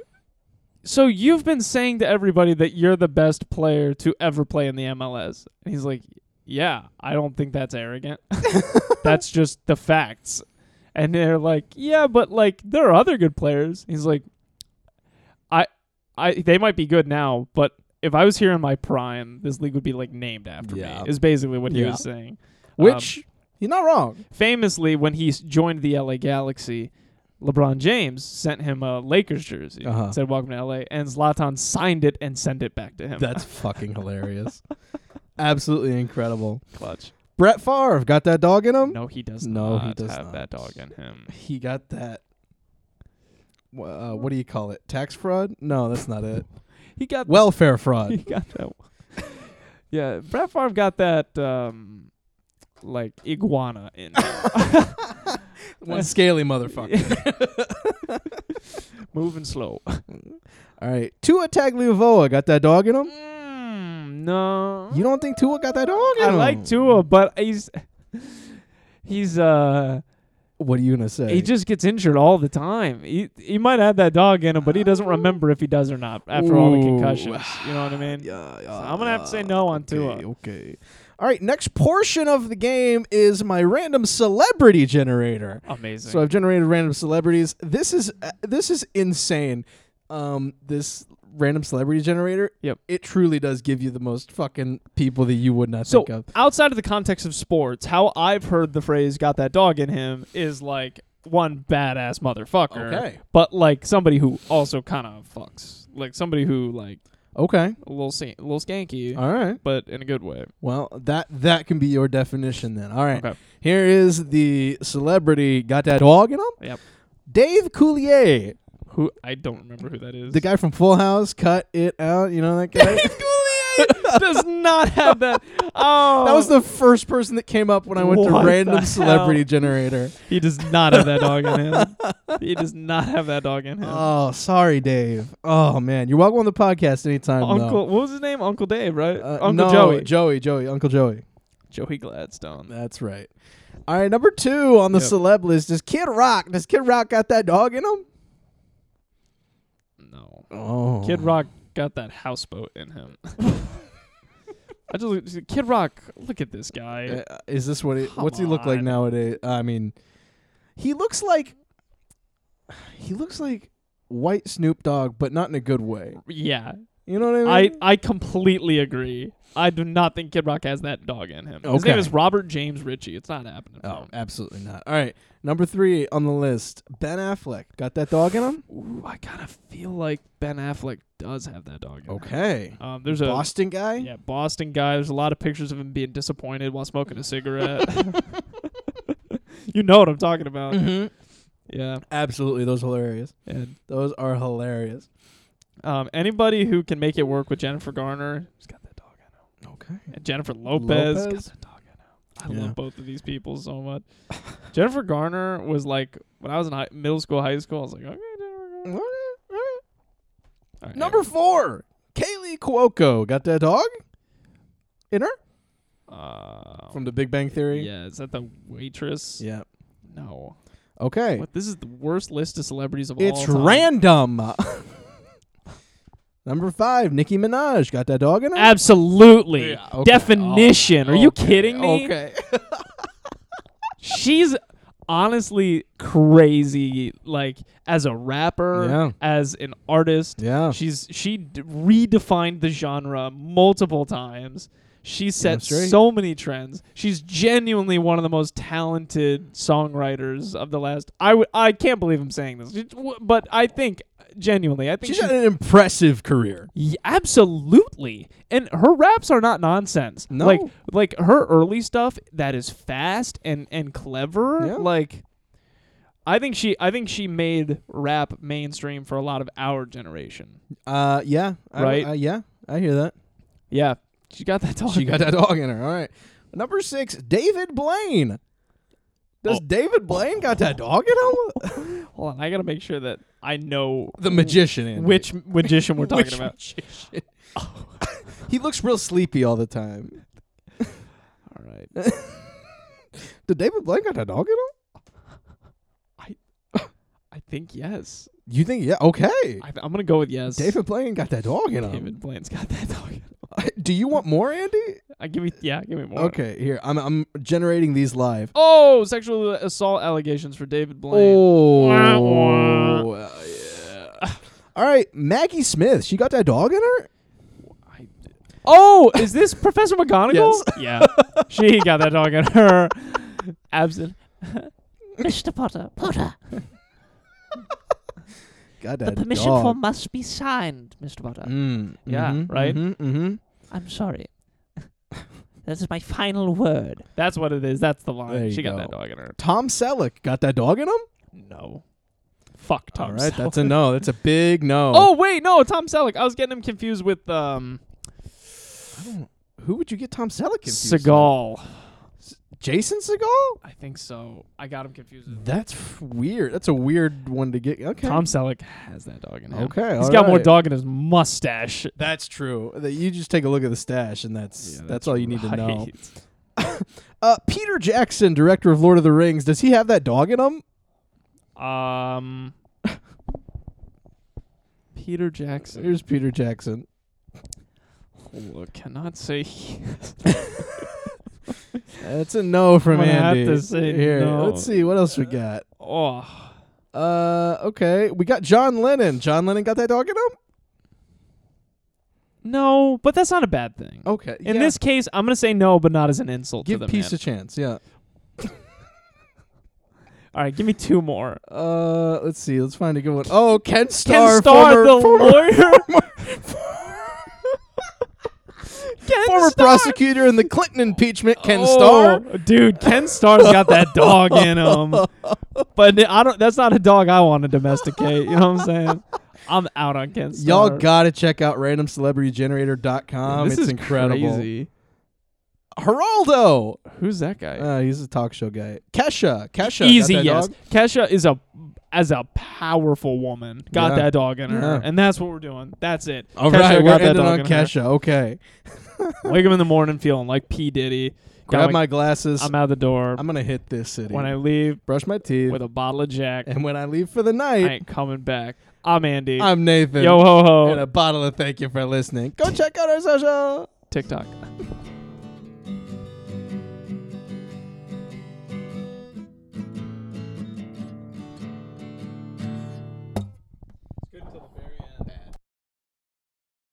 so you've been saying to everybody that you're the best player to ever play in the MLS. And he's like, "Yeah, I don't think that's arrogant. that's just the facts." And they're like, "Yeah, but like there are other good players." He's like, "I I they might be good now, but if I was here in my prime, this league would be like named after
Yeah.
me." Is basically what he
Yeah.
was saying. Um,
Which you're not wrong.
famously when he s- joined the LA Galaxy, LeBron James sent him a Lakers jersey and
Uh-huh.
said "Welcome to LA," and Zlatan signed it and sent it back to him.
That's fucking hilarious. Absolutely incredible.
clutch.
Brett Favre got that dog in him.
No, he does
Um, No,
not
he does
have
not.
that dog in him.
He got that. wha- Uh, what do you call it? Tax fraud? No, that's not it.
He got
Welfare
he
fraud.
got that. yeah, Brett Favre got that um, like iguana in him.
One scaly motherfucker.
moving slow.
Um, All right. Tua Tagliavoa got that dog in him.
Mm, no,
You don't think Tua got that dog in
I
him?
like Tua, but he's he's uh.
What are you gonna say?
He just gets injured all the time. He he might have that dog in him, but he doesn't remember if he does or not after all the
Ooh.
concussions. You know what I mean?
Yeah, yeah,
I'm gonna have to say no on
okay,
Tua.
Okay. All right. Next portion of the game is my random celebrity generator.
Amazing.
So I've generated random celebrities. This is uh, this is insane. Um, this random celebrity generator,
Yep.
it truly does give you the most fucking people that you would not
So
think of.
outside of the context of sports, how I've heard the phrase "got that dog in him" is like one badass motherfucker.
Okay.
But like somebody who also kind of fucks, like somebody who like
Okay.
a little sa- a little skanky,
All right.
but in a good way.
Well, that that can be your definition then. All right.
Okay.
Here is the celebrity got that dog in him.
Yep.
Dave Coulier,
Who I don't remember who that is.
the guy from Full House, cut it out. You know that guy.
does not have that. Oh,
That was the first person that came up when I went
What
to
the
random
hell?
celebrity generator.
He does not have that dog in him. He does not have that dog in him.
Oh, sorry, Dave. Oh man, you're welcome on the podcast anytime. though.
Uncle, what was his name? Uncle Dave, right?
Uh,
Uncle
no,
Joey.
Joey, Joey, Uncle Joey.
Joey Gladstone.
That's right. All right, number two on the
Yep.
celeb list is Kid Rock. Does Kid Rock got that dog in him?
No.
Oh,
Kid Rock got that houseboat in him. I just Kid Rock. Look at this guy.
Uh, is this what? He,
Come
what's he look like
on.
nowadays? I mean, he looks like he looks like white Snoop Dogg, but not in a good way.
Yeah,
You know what I
I
mean?
I completely agree. I do not think Kid Rock has that dog in him. His
Okay.
name is Robert James Ritchie. It's not happening. for
oh,
him.
absolutely not. All right, number three on the list, Ben Affleck got that dog in him.
Ooh, I kind of feel like Ben Affleck does have that dog. In him.
Okay,
Um, there's a
Boston guy.
Yeah, Boston guy. There's a lot of pictures of him being disappointed while smoking a cigarette. you know what I'm talking about.
Mhm.
Yeah.
Absolutely, those hilarious.
And
Those are hilarious.
um, anybody who can make it work with Jennifer Garner, who's got that dog in her.
Okay.
And Jennifer Lopez,
Lopez?
got that dog in her. I
Yeah.
love both of these people so much. Jennifer Garner was like when I was in high, middle school, high school. I was like, okay, Jennifer Garner. All right,
Number four, Kaylee Cuoco got that dog in her
uh,
from The Big Bang Theory.
yeah, is that the waitress?
Yeah.
No,
Okay.
what, this is the worst list of celebrities of all
It's
time.
random. Number five, Nicki Minaj got that dog in her.
Absolutely.
Yeah, okay.
Definition. Are you
Okay,
kidding me?
Okay.
She's honestly crazy like as a rapper,
Yeah.
as an artist.
yeah.
She's she d- redefined the genre multiple times. She set
straight.
so many trends. She's genuinely one of the most talented songwriters of the last. I w- I can't believe I'm saying this, She- w- but I think genuinely, I think
She's
she-
had an impressive career.
Ye- absolutely. And her raps are not nonsense.
No.
Like like her early stuff that is fast and and clever.
Yeah.
Like I think she I think she made rap mainstream for a lot of our generation.
Uh, yeah. I-
Right.
uh, yeah. I hear that.
Yeah. She got that dog.
She got that dog in her. All right. Number six, David Blaine. Does David Blaine got that dog in him?
Hold on, I got to make sure that I know
the magician. Andy.
which magician we're talking
Which
about.
magician? he looks real sleepy all the time.
All right.
Did David Blaine got that dog in him?
I think yes.
You think? Yeah. Okay.
I, I'm going to go with yes.
David Blaine got that dog in him.
David Blaine's got that dog.
Do you want more, Andy?
I give me yeah, give me more.
Okay, here I'm. I'm generating these live.
Oh, sexual assault allegations for David Blaine.
Oh,
Wah, wah.
uh,
Oh.
yeah. All right, Maggie Smith. She got that dog in her.
I- Oh, is this Professor McGonagall? Yeah. she got that dog in her. Absent. Mr. Potter, Potter,
Got that dog.
form must be signed, Mr. Potter.
Mm,
Yeah,
mhm,
right?
mhm, mhm.
I'm sorry. that is my final word. That's what it is. That's the
There
line.
you
She got
go.
that dog in her.
Tom Selleck got that dog in him.
No. Fuck Tom
All right, that's a
Selleck.
no. That's a big no.
Oh, wait, no, Tom Selleck. I was getting him confused with um
who would you get Tom Selleck confused? with?
Seagal.
Jason Segal.
I think so. I got him confused with
That's f- weird. That's a weird one to get. Okay.
Tom Selleck has that dog in him.
Okay,
he's
all
got more
right.
dog in his mustache.
That's true. That You just take a look at the stash, and that's that's, all you need to know. Uh, Peter Jackson, director of Lord of the Rings, does he have that dog in him?
know. Um, Peter Jackson.
Here's Peter Jackson.
Look, cannot say. he-
That's a no from
I'm gonna have
Andy.
to say
Here,
no.
let's see what else we got.
oh,
Uh, okay, we got John Lennon. John Lennon got that dog in him.
No, but that's not a bad thing.
Okay.
In
Oh, yeah.
this case, I'm gonna say no, but not as an insult
give
to the
peace
man.
a chance. Yeah.
All right, give me two more.
Uh, let's see. Let's find a good one. Oh, Ken Starr,
Ken Starr,
former,
the
former,
lawyer. Ken
former
Starr.
prosecutor in the Clinton impeachment. Ken
Oh,
Starr.
dude, Ken Starr's got that dog in him. But I don't. That's not a dog I want to domesticate. You know what I'm saying? I'm out on Ken Starr.
Y'all gotta check out randomcelebritygenerator.com.
this
it's
is
incredible.
Crazy.
Geraldo.
Who's that guy?
Uh, he's a talk show guy. Kesha. Kesha. got
Easy
that
yes.
dog?
Kesha is a as a powerful woman. Got
Yeah.
that dog in her,
Yeah.
and that's what we're doing. That's it.
All
Kesha
right, we're
got that
ending
dog
on
in her.
Kesha. Okay.
Wake up in the morning feeling like P Diddy.
Grab
Gotta-
my glasses.
I'm
I'm,
out the door.
gonna hit this city.
when I leave
brush my teeth,
with a bottle of Jack,
and when I leave for the
I
night,
ain't coming back. I'm Andy.
I'm Nathan.
Yo ho
and
ho.
a bottle of thank you for listening. Go check out our social.
TikTok.